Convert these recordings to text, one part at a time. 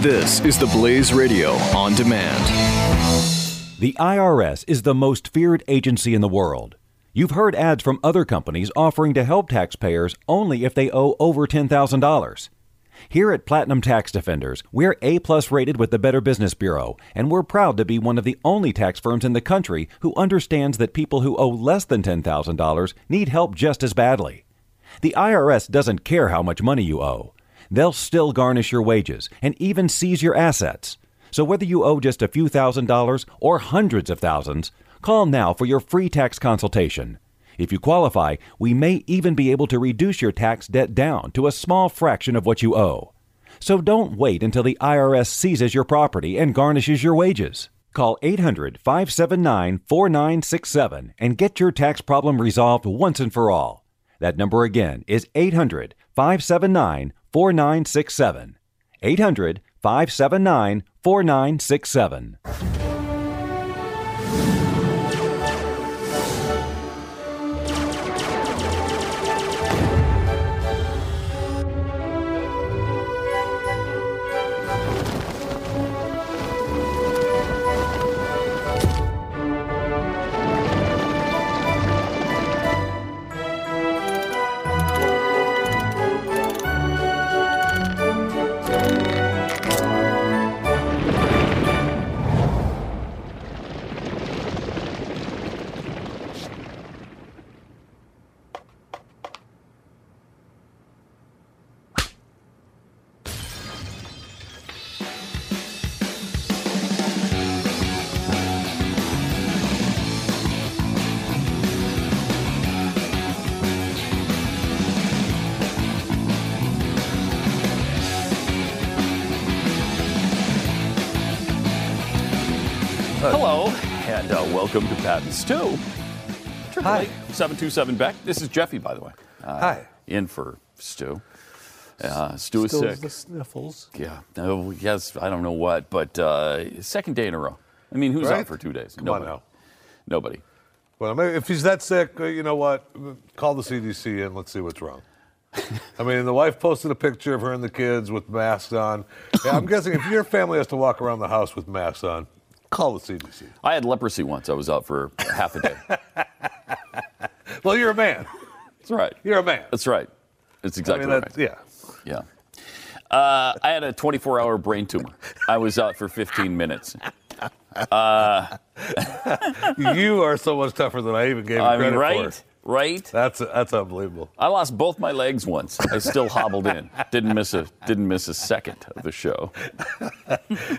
This is the Blaze Radio on demand. The IRS is the most feared agency in the world. You've heard ads from other companies offering to help taxpayers only if they owe over $10,000. Here at Platinum Tax Defenders, we're A plus rated with the Better Business Bureau, and we're proud to be one of the only tax firms in the country who understands that people who owe less than $10,000 need help just as badly. The IRS doesn't care how much money you owe. They'll still garnish your wages and even seize your assets. So whether you owe just a few thousand dollars or hundreds of thousands, call now for your free tax consultation. If you qualify, we may even be able to reduce your tax debt down to a small fraction of what you owe. So don't wait until the IRS seizes your property and garnishes your wages. Call 800 579 4967 and get your tax problem resolved once and for all. That number again is 800 579 4967. 800 579 4967. Hello, and uh, welcome to Patents 2. Hi. 727 Beck. This is Jeffy, by the way. Uh, Hi. In for Stu. Uh, Stu is Still sick. the sniffles. Yeah. No, yes, I don't know what, but uh, second day in a row. I mean, who's out Right? for two days? Come on Nobody. now. Nobody. Well, maybe if he's that sick, uh, you know what? Call the CDC and let's see what's wrong. I mean, the wife posted a picture of her and the kids with masks on. Yeah, I'm guessing if your family has to walk around the house with masks on, call the CDC. I had leprosy once. I was out for half a day. Well, you're a man. That's right. You're a man. That's right. That's I exactly mean, right. that's, yeah. Yeah. Uh, I had a 24 hour brain tumor. I was out for 15 minutes. You are so much tougher than I even gave you I mean, credit right? for. Right? That's that's unbelievable. I lost both my legs once. I still hobbled in. Didn't miss a didn't miss a second of the show. You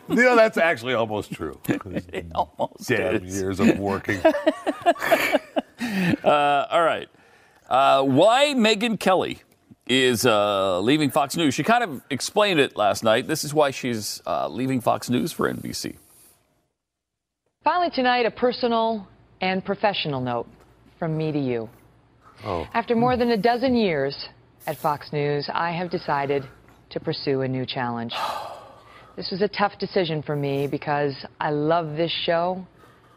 know, that's actually almost true. It almost Damn is. years of working. All right. Uh, why Megan Kelly is uh, leaving Fox News? She kind of explained it last night. This is why she's uh, leaving Fox News for NBC. Finally, tonight, a personal and professional note from me to you. After more than a dozen years at Fox News, I have decided to pursue a new challenge. This was a tough decision for me because I love this show,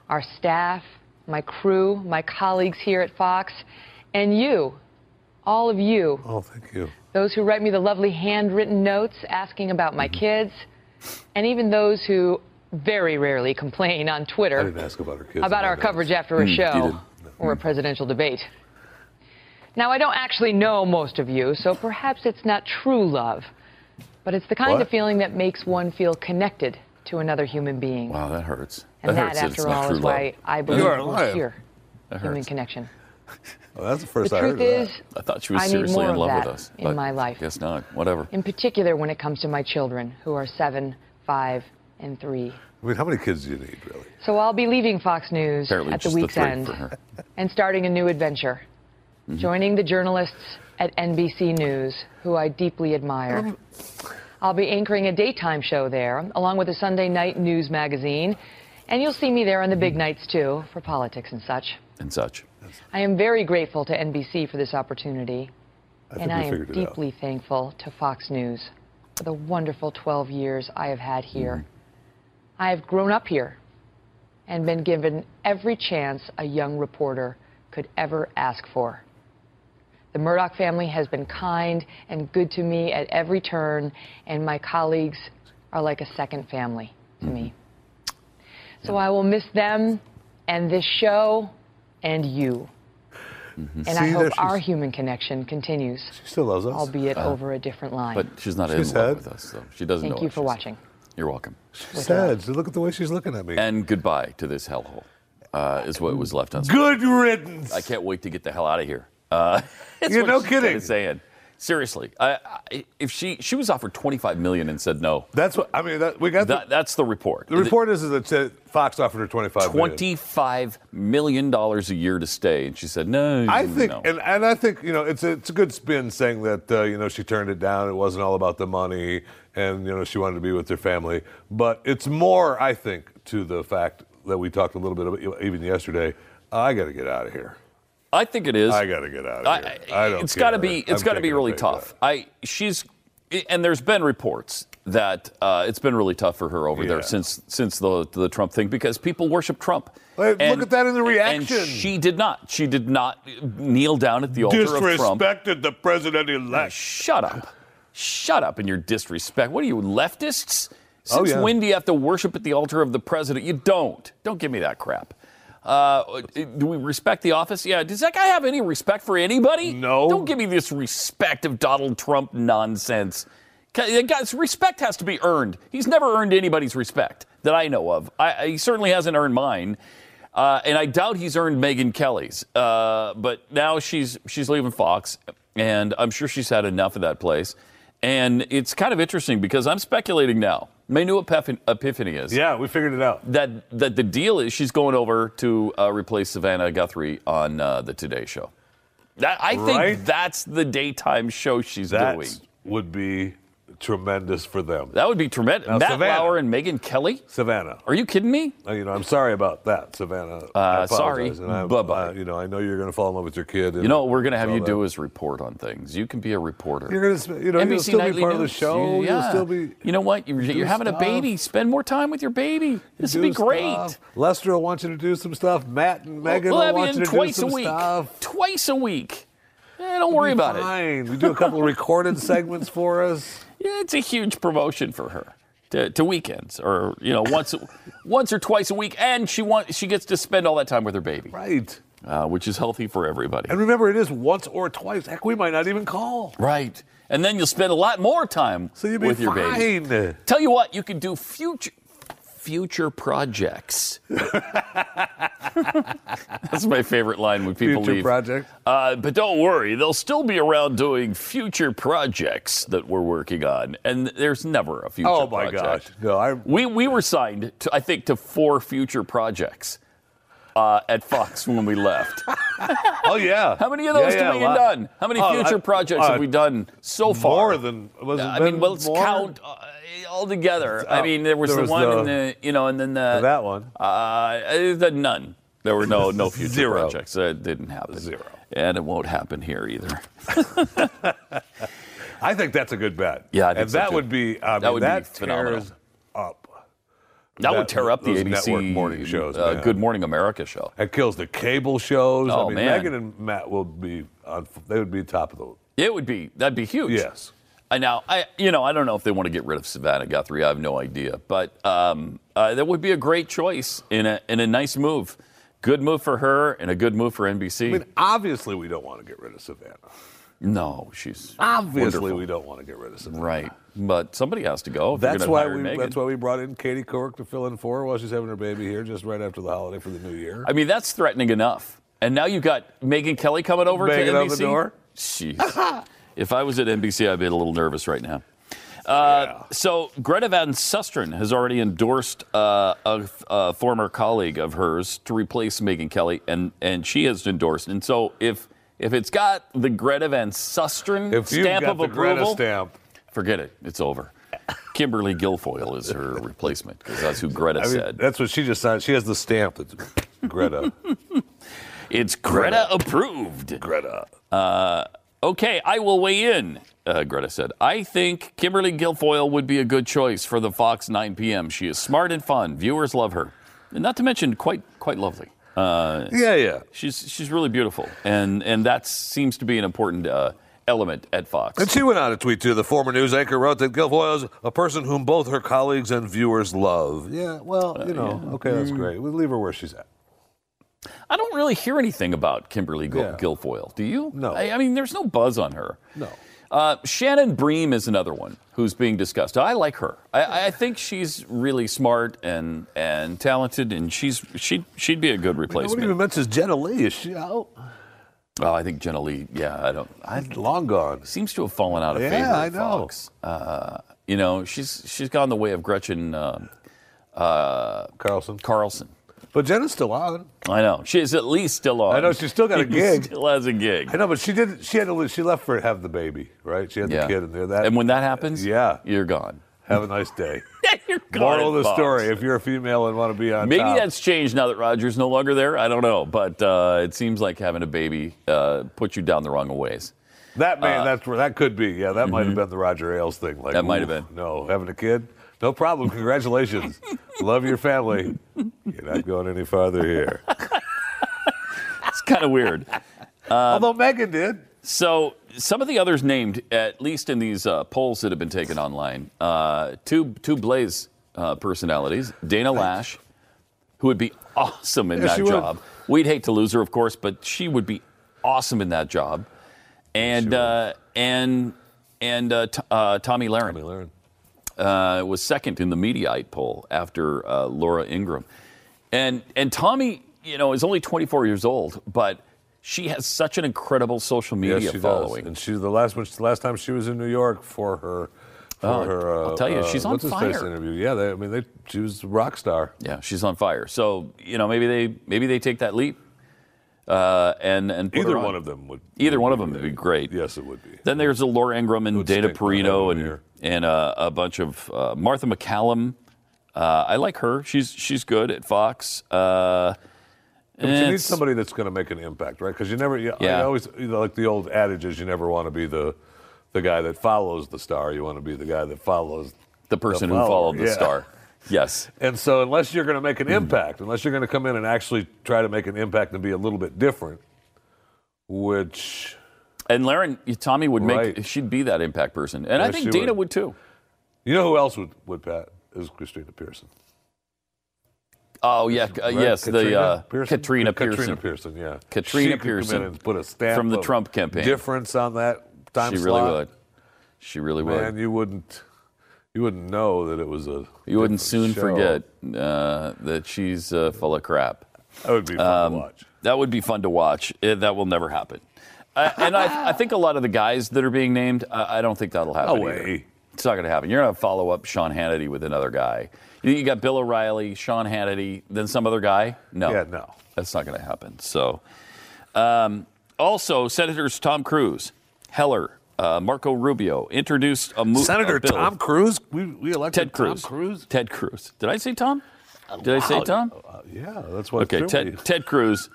our staff, my crew, my colleagues here at Fox, and you, all of you oh, thank you. those who write me the lovely handwritten notes asking about my kids, and even those who very rarely complain on I Twitter didn't ask about her kids. about and our my coverage dogs. after a didn't. show or a presidential debate. Now, I don't actually know most of you, so perhaps it's not true love, but it's the kind What? of feeling that makes one feel connected to another human being. Wow, Oh, that hurts. And that, hurts that it's after not all, true is love. why I believe are we're lying. here human hurts. connection. Oh, that's the first The I truth heard of is, that. I thought she was I need seriously more in of love that with us. in but my life. Guess not. Whatever. in particular when it comes to my children, who are seven, five, and three. I mean, how many kids do you need, really? So I'll be leaving Fox News Apparently, at the just week's the three end for her. and starting a new adventure, joining the journalists at NBC News, who I deeply admire. I'll be anchoring a daytime show there, along with a Sunday night news magazine, and you'll see me there on the big nights too, for politics and such. And such. I am very grateful to NBC for this opportunity. I think And we I am figured it deeply thankful to Fox News for the wonderful 12 years I have had here. Mm-hmm. I have grown up here and been given every chance a young reporter could ever ask for. The Murdoch family has been kind and good to me at every turn, and my colleagues are like a second family to me. Mm-hmm. So I will miss them and this show and you. And See, I there hope she's- our human connection continues, She still loves us. albeit over a different line. But she's not She's in love sad. with us, so she doesn't know. Thank you it. for She's- watching. You're welcome. She's sad. Look at the way she's looking at me. And goodbye to this hellhole, uh, is what was left on. Good riddance. I can't wait to get the hell out of here. Uh, that's You're what no she's kinda kidding. Saying seriously, I, I, if she she was offered 25 million and said no, That's what I mean. That, we got that, the, that's the report. the report is that said Fox offered her twenty five. 25 million dollars a year to stay, and she said no. I think, no. and, and I think you know, it's a, it's a good spin saying that uh, you know she turned it down. It wasn't all about the money, and you know she wanted to be with her family. But it's more, I think, to the fact that we talked a little bit about even yesterday. I got to get out of here. I think it is. I got to get out of here. I, don't. It's got to care. be. It's I'm got to be taking a really pay tough. cut. I she's and there's been reports that uh, it's been really tough for her over there Yeah. since since the the Trump thing because people worship Trump. Hey, look at that in the reaction. And she did not. She did not kneel down at the altar of Trump. Disrespected the president-elect. Shut up. Shut up in your disrespect. What are you leftists? Oh, Since yeah. when do you have to worship at the altar of the president? You don't. Don't give me that crap. Uh, do we respect the office? Yeah. Does that guy have any respect for anybody? No. Don't give me this respect of Donald Trump nonsense. Okay, that Guy's respect has to be earned. He's never earned anybody's respect that I know of. I, I- he certainly hasn't earned mine, uh, and I doubt he's earned Megan Kelly's. Uh, but now she's she's leaving Fox, and I'm sure she's had enough of that place. And it's kind of interesting because I'm speculating now. My new epiph- epiphany is Yeah, we figured it out. that that the deal is she's going over to uh, replace Savannah Guthrie on uh, the Today Show. That I Right. think that's the daytime show she's That doing. would be tremendous for them. That would be tremendous. Now, Matt Savannah. Lauer and Megan Kelly. Savannah. Are you kidding me? Uh, you know, I'm sorry about that, Savannah. I apologize. Uh, sorry. And I, Bye-bye. uh, you know, I know you're going to fall in love with your kid. You know what we're going to have you do is report on things. You can be a reporter. You're going to, you know, you'll NBC still be Nightly part of the News. show. You, yeah. You'll still be. You know what? You're, you're having stuff. a baby. Spend more time with your baby. This would be do great. stuff. Lester will want you to do some stuff. Matt and Megan we'll will have you want in you to twice do some a week. stuff. Twice a week. Eh, don't worry about it. Fine. We do a couple of recorded segments for us. Yeah, it's a huge promotion for her to, to weekends or you know once once or twice a week, and she wants she gets to spend all that time with her baby, Right. uh, which is healthy for everybody. And remember, it is once or twice. Heck, we might not even call. right, and then you'll spend a lot more time So you'll be with your baby. fine. Tell you what, you can do future future projects. That's my favorite line when people Future leave. project. Uh, but don't worry, they'll still be around doing future projects that we're working on, and there's never a future. Oh, my project. gosh. No, I. We we were signed, to, I think, to four future projects uh, at Fox when we left. Oh, yeah. How many of those yeah, do yeah, we a have lot. done? How many Oh, future I- projects uh, have we done so far? More than was it I been mean, well, let's more? count uh, all together. Uh, I mean, there was there the was one, the- in the, you know, and then the that one. Uh, uh, the none. There were no no future Zero. projects. That didn't happen. Zero. And it won't happen here either. I think that's a good bet. Yeah, I think and so, that too. would be I mean, That that would would be phenomenal. tears up. That, would That- tear up the those ABC network morning shows, uh, man. Good Morning America show. That kills the cable shows. Oh, I mean, man. Megan and Matt will be on. They would be top of the. It would be that'd be huge. Yes. I now I you know I don't know if they want to get rid of Savannah Guthrie. I have no idea, but um, uh, that would be a great choice in a in a nice move, good move for her and a good move for NBC. I mean, obviously we don't want to get rid of Savannah. no, she's Obviously wonderful. we don't want to get rid of Savannah. right, but somebody has to go. if you're That's gonna why hire we. Megan. That's why we brought in Katie Couric to fill in for her while she's having her baby here, just right after the holiday for the new year. I mean, that's threatening enough. And now you've got Megan Kelly coming over Banging to NBC. on the door? Jeez. if I was at NBC, I'd be a little nervous right now. Uh, So Greta Van Susteren has already endorsed uh, a, a former colleague of hers to replace Megan Kelly, and, and she has endorsed. And so if if it's got the Greta Van Susteren if you've stamp got of the approval, Greta stamp, forget it. It's over. Kimberly Guilfoyle is her replacement because that's who Greta I mean, said. that's what she just signed. She has the stamp that's Greta. It's Greta, approved. Greta. Uh, okay, I will weigh in, uh, Greta said. I think Kimberly Guilfoyle would be a good choice for the Fox 9 p.m. She is smart and fun. Viewers love her. And not to mention, quite quite lovely. Uh, yeah, yeah. she's she's really beautiful, and and that seems to be an important uh, element at Fox. And she went on to tweet too. The former news anchor wrote that Guilfoyle is a person whom both her colleagues and viewers love. Yeah, Uh, well, you know, okay, Mm. that's great. We'll leave her where she's at. I don't really hear anything about Kimberly Gu- Yeah. Guilfoyle. Do you? No. I, I mean, there's no buzz on her. No. Uh, Shannon Bream is another one who's being discussed. I like her. I, I think she's really smart and and talented, and she's she she'd be a good Nobody replacement. even mentions Jenna Lee. Is she out? oh, I think Jenna Lee. Yeah, I don't. I Long gone. seems to have fallen out of Yeah, favor. I at know. Fox. Uh, you know, she's she's gone the way of Gretchen uh, uh, Carlson. Carlson. But Jenna's still on. I know she is at least still on. I know, she's still got a She gig. Still has a gig. I know, but she did. She had to. She left for have the baby, right? She had the kid in there. That and when that happens, Yeah. you're gone. have a nice day. you're gone. Moral of at the Fox. story: If you're a female and want to be on, Maybe top, that's changed now that Roger's no longer there. I don't know, but uh, it seems like having a baby uh, puts you down the wrong ways. that man. that's where that could be. Yeah, that might have been the Roger Ailes thing. Like uh, Mm-hmm. That might have oof, been. No, having a kid, no problem. Congratulations, love your family. You're not going any farther here. Um, It's kind of weird. Although Megan did. So some of the others named, at least in these uh, polls that have been taken online, uh, two two Blaze uh, personalities, Dana Lash, who would be awesome in Yeah, she that would. job. We'd hate to lose her, of course, but she would be awesome in that job. And uh, and and uh, t- uh, Tommy Lahren uh, was second in the Mediate poll after uh, Laura Ingram. And and Tommy, you know, is only 24 years old, but she has such an incredible social media yes, she following. does. And she the last when she, last time she was in New York for her. For Oh, her, uh, I'll tell you, uh, she's on what's his face fire. Interview. Yeah, they, I mean, they, she was a rock star. Yeah, she's on fire. So you know, maybe they maybe they take that leap. Uh, and and put her Either on. one of them would. Either would one be of them would be great. Yes, it would be. Then there's a Laura Ingram and Would Dana stick when I Perino was and here. and uh, a bunch of uh, Martha McCallum. Uh, I like her. She's she's good at Fox. Uh, But you eh, need it's- somebody that's going to make an impact, right? Because you never, you, Yeah. I always you know, like the old adage is you never want to be the the guy that follows the star. You want to be the guy that follows. the person the who follower, followed the yeah. star. Yes. And so, unless you're going to Hmm. make an impact, unless you're going to come in and actually try to make an impact and be a little bit different, which And Laren, Tommy would make, Right. she'd be that impact person. And I Yes, think she Dana would. would. too. you know who else would would Pat is Christina Pearson. Oh, yeah. uh, right? yes, the uh, Pearson? Katrina Pearson. Katrina Pearson, yeah. Katrina she could Pearson come in and put a stamp from the of Trump campaign. Difference on that time She really slot. would. She really would. Man, you wouldn't, you wouldn't know that it was a. you wouldn't soon different show. forget uh, that she's uh, full of crap. That would be fun Um, to watch. That would be fun to watch. Uh, that will never happen. Uh, and I, I think a lot of the guys that are being named, I, I don't think that'll happen. No either. way. It's not going to happen. You're going to follow up Sean Hannity with another guy. You, you got Bill O'Reilly, Sean Hannity, then some other guy. No. Yeah, no. That's not going to happen. So, um, also, Senators Tom Cruise, Heller, uh, Marco Rubio introduced a move. Senator Tom Cruise, we, we elected Ted Cruz. Tom Cruise. Ted Cruz. Did I say Tom? Did I say Wow. Tom? Uh, yeah, that's what. Okay, threw me. Ted, Ted Cruz,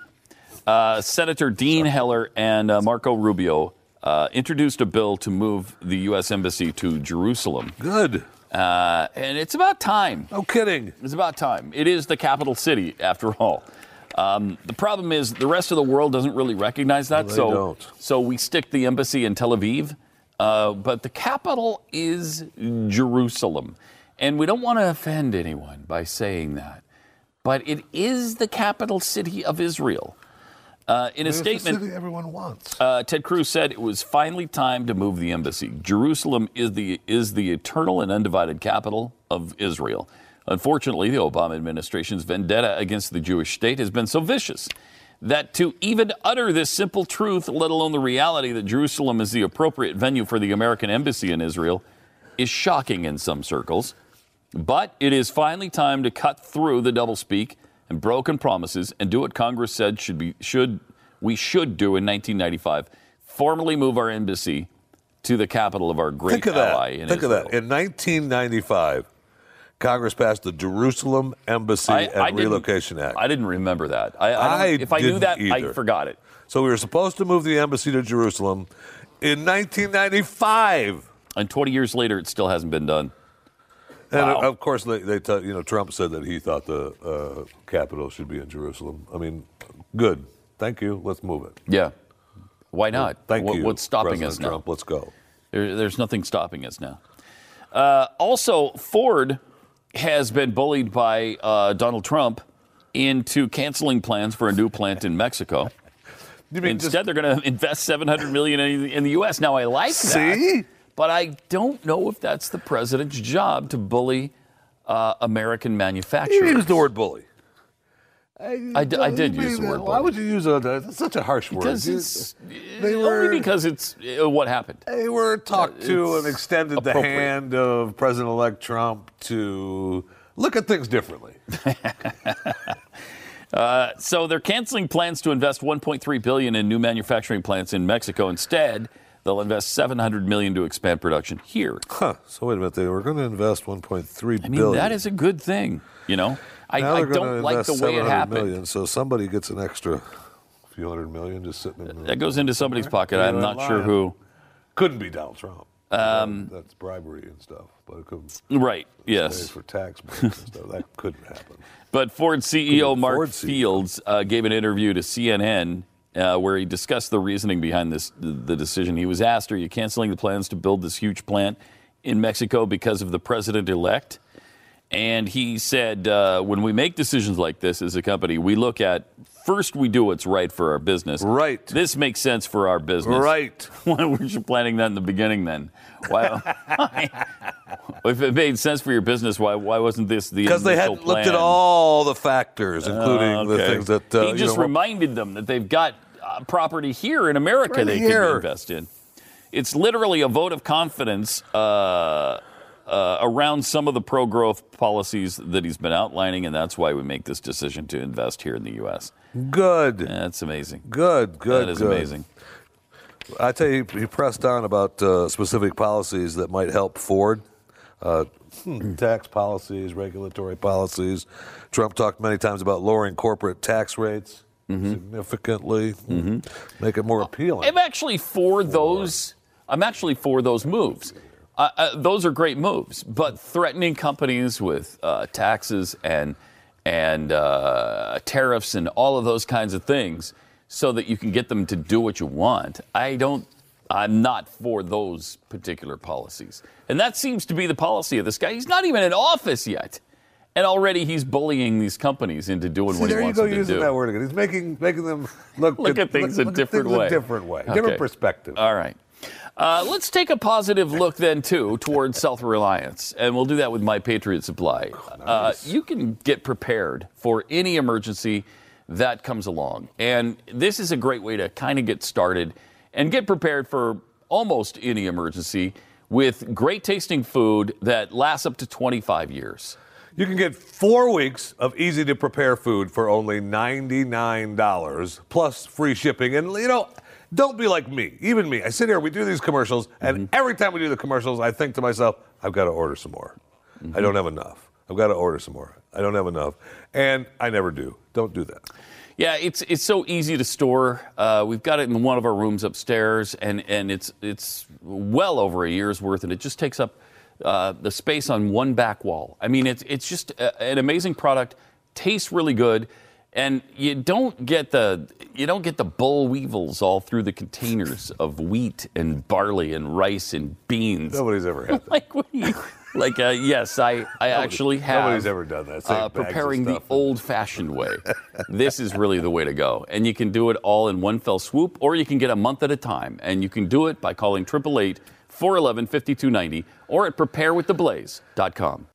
uh, Senator Dean Heller, and uh, Marco Rubio uh, introduced a bill to move the U.S. Embassy to Jerusalem. Good. Uh, and it's about time. No kidding. It's about time. It is the capital city, after all. Um, the problem is the rest of the world doesn't really recognize that, No, they so don't. so we stick the embassy in Tel Aviv, uh, but the capital is Jerusalem, and we don't want to offend anyone by saying that, but it is the capital city of Israel. Uh, in a It's the statement, city everyone wants. uh, Ted Cruz said it was finally time to move the embassy. Jerusalem is the is the eternal and undivided capital of Israel. Unfortunately, the Obama administration's vendetta against the Jewish state has been so vicious that to even utter this simple truth, let alone the reality that Jerusalem is the appropriate venue for the American embassy in Israel, is shocking in some circles. But it is finally time to cut through the doublespeak and broken promises and do what Congress said should be should we should do in 1995: formally move our embassy to the capital of our great Think of ally that. in Think of Israel. that. In 1995, Congress passed the Jerusalem Embassy I- and I didn't- Relocation Act. I didn't remember that. I, I, I don't- if I knew didn't that, I either. forgot it. so we were supposed to move the embassy to Jerusalem in 1995. And 20 years later, it still hasn't been done. And Wow. uh, of course, they, they t- you know Trump said that he thought the uh, capital should be in Jerusalem. I mean, good. Thank you. Let's move it. Yeah. Why not? Thank What- you. What's stopping President us now? Trump. Let's go. There, there's nothing stopping us now. Uh, also, Ford has been bullied by uh, Donald Trump into canceling plans for a new plant in Mexico. You mean Instead, they're going to invest 700 million in, in the U.S. Now, I like See? that, but I don't know if that's the president's job to bully uh, American just, you manufacturers. used the word bully. I d- I did You use the mean- word Why bully. would you use a, that's such a harsh word? because You- it's they were- only because it's uh, what happened. They were talked to it's and extended the appropriate. hand of President-elect Trump to look at things differently. So they're canceling plans to invest 1.3 billion in new manufacturing plants in Mexico. Instead, they'll invest 700 million to expand production here. Huh. So wait a minute. They were going to invest 1.3 billion. I mean, that is a good thing, you know. I, Now I they're gonna don't like the invest way it 700 happened. million, so somebody gets an extra few hundred million just sitting in. The That goes into somebody's pocket. Yeah, I'm not they're sure who. Couldn't be Donald Trump. Um, that's bribery and stuff, but it could Right. pay Yes. for tax breaks and stuff. That couldn't happen. But Ford CEO Mark Ford CEO. Fields uh, gave an interview to CNN uh, where he discussed the reasoning behind this the decision. He was asked, "Are you canceling the plans to build this huge plant in Mexico because of the president elect?" And he said, uh, "When we make decisions like this as a company, we look at first we do what's right for our business. Right. This makes sense for our business. Right. Why weren't you planning that in the beginning then? Why?" If it made sense for your business, why why wasn't this the Because they initial hadn't looked at plan? all the factors, including the Okay. things that uh, he you just know, reminded them that they've got uh, property here in America Right they here. can invest in. It's literally a vote of confidence uh, uh, around some of the pro-growth policies that he's been outlining, and that's why we make this decision to invest here in the U.S. good, That's amazing. good, good. that is good. amazing. I tell you, he pressed on about uh, specific policies that might help Ford. Uh, tax policies, regulatory policies. Trump talked many times about lowering corporate tax rates significantly, make it more appealing. I'm actually for those. I'm actually for those moves. Uh, uh, those are great moves, but threatening companies with uh, taxes and and uh, tariffs and all of those kinds of things, so that you can get them to do what you want. I don't. I'm not for those particular policies, and that seems to be the policy of this guy. He's not even in office yet, and already he's bullying these companies into doing See, what there he you wants go, them to using do. that word again. He's making making them look, Look at things a look different things way. a different way, Okay. different perspective. All right. Uh, let's take a positive look then too towards self reliance, and we'll do that with my Patriot Supply. Uh, you can get prepared for any emergency that comes along, and this is a great way to kind of get started and get prepared for almost any emergency with great tasting food that lasts up to 25 years. You can get four weeks of easy to prepare food for only $99 plus free shipping. And, you know, don't be like me, even me. I sit here, we do these commercials, Mm-hmm. and every time we do the commercials, I think to myself, I've got to order some more. Mm-hmm. I don't have enough. I've got to order some more. I don't have enough. And I never do. Don't do that. Yeah, it's it's so easy to store. Uh, we've got it in one of our rooms upstairs, and, and it's it's well over a year's worth, and it just takes up uh, the space on one back wall. I mean, it's it's just a, an amazing product. Tastes really good, and you don't get the you don't get the bull weevils all through the containers of wheat and barley and rice and beans. Nobody's ever had that. Like what do you? Like uh, yes, I I actually have. nobody's ever done that. Save uh, bags of preparing the stuff and- old-fashioned way. this is really the way to go, and you can do it all in one fell swoop, or you can get a month at a time, and you can do it by calling 888 411 5290 or at preparewiththeblaze.com.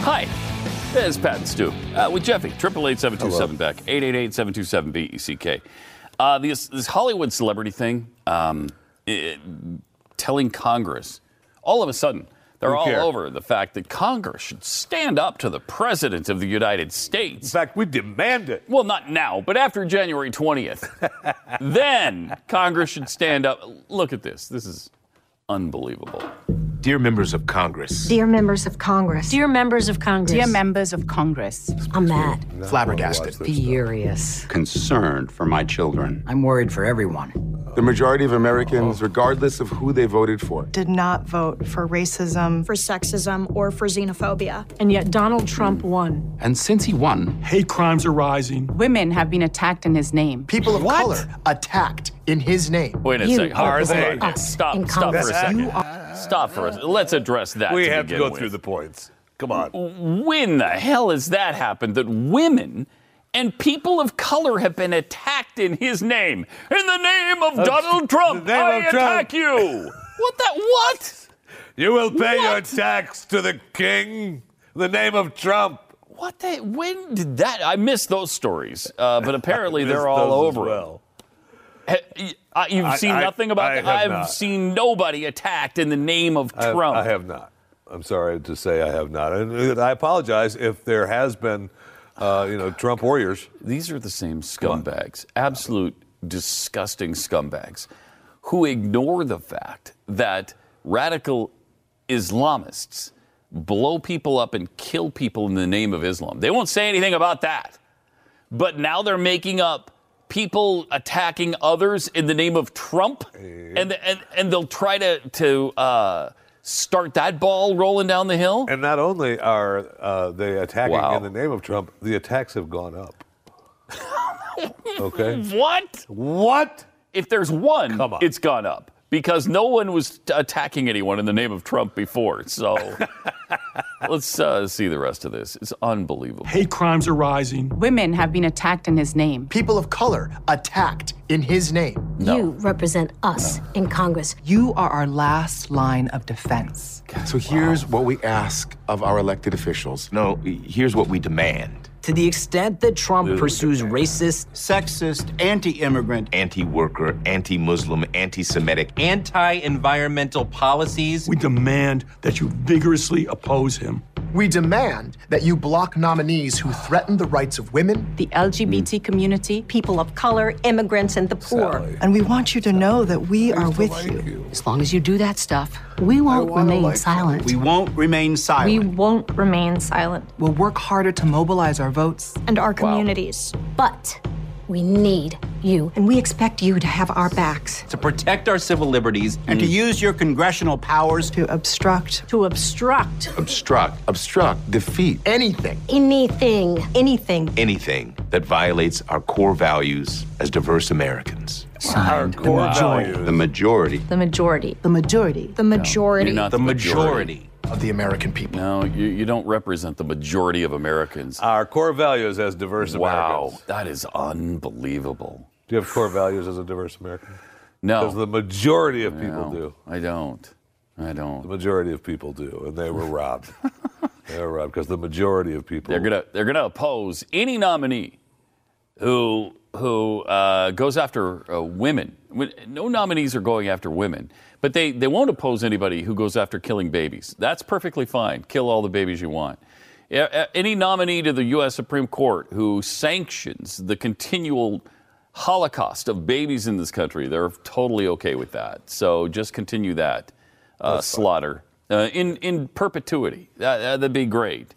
Hi, this is Pat and Stu uh, with Jeffy, 888 Beck, 888 727 BECK. E Uh, this, this Hollywood celebrity thing, um, it- telling Congress, all of a sudden, they're Who all care? over the fact that Congress should stand up to the President of the United States. In fact, we demand it. Well, not now, but after January 20th. then Congress should stand up. Look at this. This is unbelievable. Dear members of Congress, Dear members of Congress, Dear members of Congress, Dear members of Congress, I'm mad, flabbergasted, furious. concerned for my children. I'm worried for everyone. The majority of Americans, regardless of who they voted for, did not vote for racism, for sexism, or for xenophobia. And yet Donald Trump won. And since he won, hate crimes are rising. Women have been attacked in his name. People of what? color attacked in his name. Wait a you second. Are they? Stop, stop for a second. Are... Stop for a second. Let's address that. We to have to go with. through the points. Come on. When the hell has that happened that women and people of color have been attacked in his name. In the name of That's Donald Trump, I of attack Trump. you. What that? What? You will pay what? your tax to the king. The name of Trump. What the? When did that? I missed those stories, uh, but apparently they're all over. well. Ha, I, you've I, seen I, nothing about. that? I've not. seen nobody attacked in the name of I, Trump. I have not. I'm sorry to say I have not. And I apologize if there has been. Uh, you know, Trump warriors. These are the same scumbags, absolute disgusting scumbags, who ignore the fact that radical Islamists blow people up and kill people in the name of Islam. They won't say anything about that. But now they're making up people attacking others in the name of Trump, and, and, and they'll try to, to uh, start that ball rolling down the hill. And not only are uh, they attacking wow. in the name of Trump, the attacks have gone up. okay. What? What? If there's one, on. it's gone up because no one was t- attacking anyone in the name of Trump before. So let's uh, see the rest of this. It's unbelievable. Hate crimes are rising. Women have been attacked in his name. People of color attacked in his name. No. You represent us no. in Congress. You are our last line of defense. So here's wow. what we ask of our elected officials. No, here's what we demand. To the extent that Trump Literally pursues racist, sexist, anti immigrant, anti worker, anti Muslim, anti Semitic, anti environmental policies, we demand that you vigorously oppose him. We demand that you block nominees who threaten the rights of women, the LGBT community, people of color, immigrants, and the poor. Sally. And we want you to know that we are with like you. you. As long as you do that stuff, we won't remain like silent. We won't remain silent. We won't remain silent. We'll work harder to mobilize our votes and our communities. Wow. But we need you, and we expect you to have our backs. To protect our civil liberties and to use your congressional powers to obstruct. To obstruct. Obstruct. Obstruct. Defeat. Anything. Anything. Anything. Anything that violates our core values as diverse Americans. Signed. Our core the majority. values. The majority. The majority. The majority. The majority. No, you're not the, the majority. majority of the American people. No, you, you, don't represent the majority of Americans. Our core values as diverse wow, Uh, Americans. that is unbelievable. Do you have core values as a diverse American? No. Because the majority of no, people do. I don't. I don't. The majority of people do, and they were robbed. they were robbed because the majority of people. They're gonna they're gonna oppose any nominee who who uh, goes after uh, women. No nominees are going after women, but they, they won't oppose anybody who goes after killing babies. That's perfectly fine. Kill all the babies you want. Any nominee to the U.S. Supreme Court who sanctions the continual holocaust of babies in this country, they're totally okay with that. So just continue that uh, slaughter in, in perpetuity. That, that'd be great.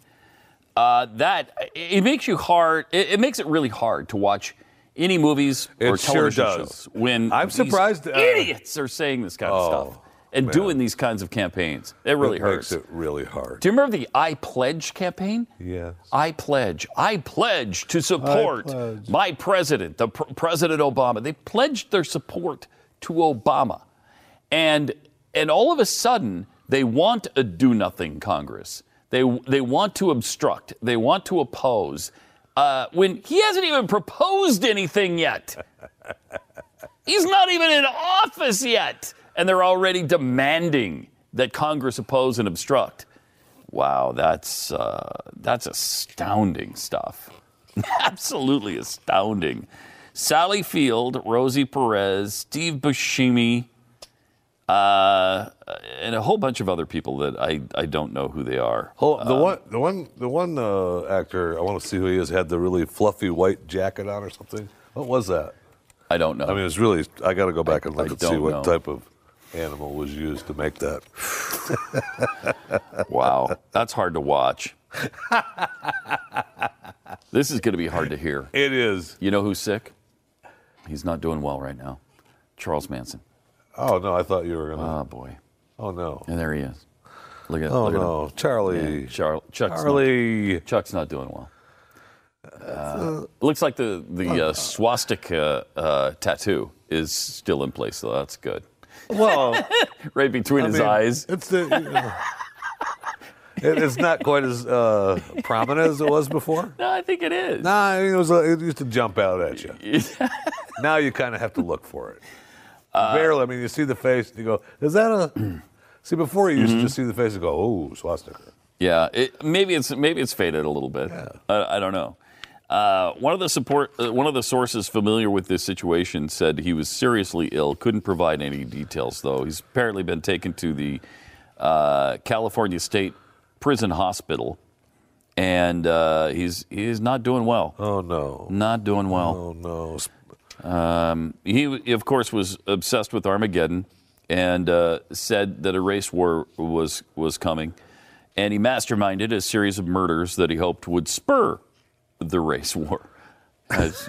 Uh, that it makes you hard. It, it makes it really hard to watch any movies it or television sure shows when I'm surprised uh, idiots are saying this kind of oh, stuff and man. doing these kinds of campaigns. It really it hurts. Makes it really hard. Do you remember the I Pledge campaign? Yes. I pledge. I pledge to support pledge. my president, the pr- President Obama. They pledged their support to Obama, and and all of a sudden they want a do nothing Congress. They they want to obstruct. They want to oppose. Uh, when he hasn't even proposed anything yet. He's not even in office yet. And they're already demanding that Congress oppose and obstruct. Wow, that's, uh, that's astounding stuff. Absolutely astounding. Sally Field, Rosie Perez, Steve Buscemi, uh, and a whole bunch of other people that I, I don't know who they are. Hold on, the Um, one the one the one uh, actor I want to see who he is had the really fluffy white jacket on or something. What was that? I don't know. I mean, it was really. I got to go back and look I and don't see what know. type of animal was used to make that. wow, that's hard to watch. this is going to be hard to hear. It is. You know who's sick? He's not doing well right now. Charles Manson. Oh no, I thought you were gonna. Oh boy. Oh no. And there he is. Look at Oh, look at no. him. Charlie. Yeah, Char- Chuck's Charlie. Not, Chuck's not doing well. Uh, looks like the Oh, the uh, swastika uh, tattoo is still in place, so that's good. Well, right between I his mean, eyes. It's the. it- it's not quite as uh, prominent as it was before. No, I think it is. Nah, I mean, it was. uh, It used to jump out at you. now you kind of have to look for it. Uh, Barely. I mean, you see the face and you go, "Is that a?" see, before you Mm-hmm. used to just see the face and go, "Oh, swastika." Yeah, it, maybe it's maybe it's faded a little bit. I, I don't know. Uh, one of the support, uh, one of the sources familiar with this situation said he was seriously ill. Couldn't provide any details though. He's apparently been taken to the uh, California State Prison Hospital, and uh, he's he's not doing well. Oh no, not doing well. Oh no. Um, he of course was obsessed with Armageddon and uh, said that a race war was was coming and he masterminded a series of murders that he hoped would spur the race war. As-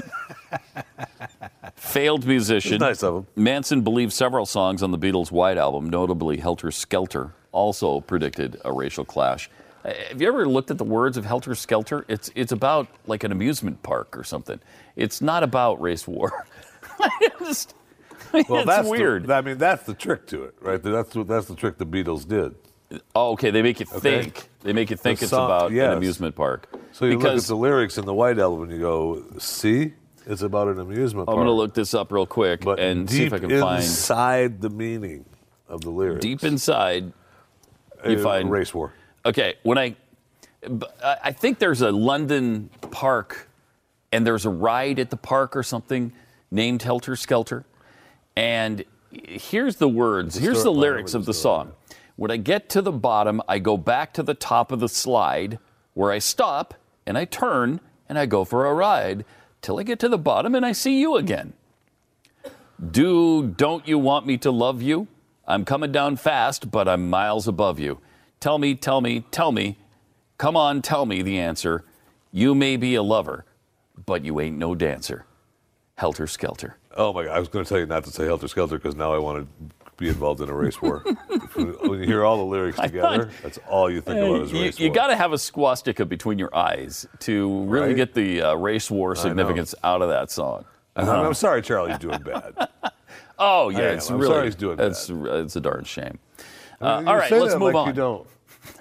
failed musician. Nice of him. Manson believed several songs on the Beatles' White Album, notably Helter Skelter, also predicted a racial clash. Uh, Have you ever looked at the words of Helter Skelter? It's, it's about like an amusement park or something. It's not about race war. Just- It's that's weird. The, I mean, that's the trick to it, right? That's what that's the trick the Beatles did. Oh, okay. They make you Okay. think. They make you think The it's song- about yes. an amusement park. So you look because at the lyrics in the White Album and you go, "See, it's about an amusement I'm park." going to look this up real quick and see if I deep can find inside the meaning of the lyrics. deep inside. You Uh, find race war. Okay, when I, b- I I think there's a London park, and there's a ride at the park or something named Helter Skelter, and here's the words. Here's the story- I remember lyrics of the song. When I get to the bottom, I go back to the top of the slide where I stop and I turn and I go for a ride till I get to the bottom and I see you again. Do don't you want me to love you? I'm coming down fast, but I'm miles above you. Tell me, tell me, tell me. Come on, tell me the answer. You may be a lover, but you ain't no dancer. Helter Skelter. Oh my God! I was going to tell you not to say "Helter Skelter" because now I want to be involved in a race war. when you hear all the lyrics together, that's all you think about is you race you war. got to have a swastika between your eyes to really Right? get the uh, race war significance out of that song. I mean, I'm sorry, Charlie's doing bad. Uh, Oh I yeah, am. it's I'm really sorry he's doing it's, it's a darn shame. I mean, Uh, all you right, say let's that move like on. You don't.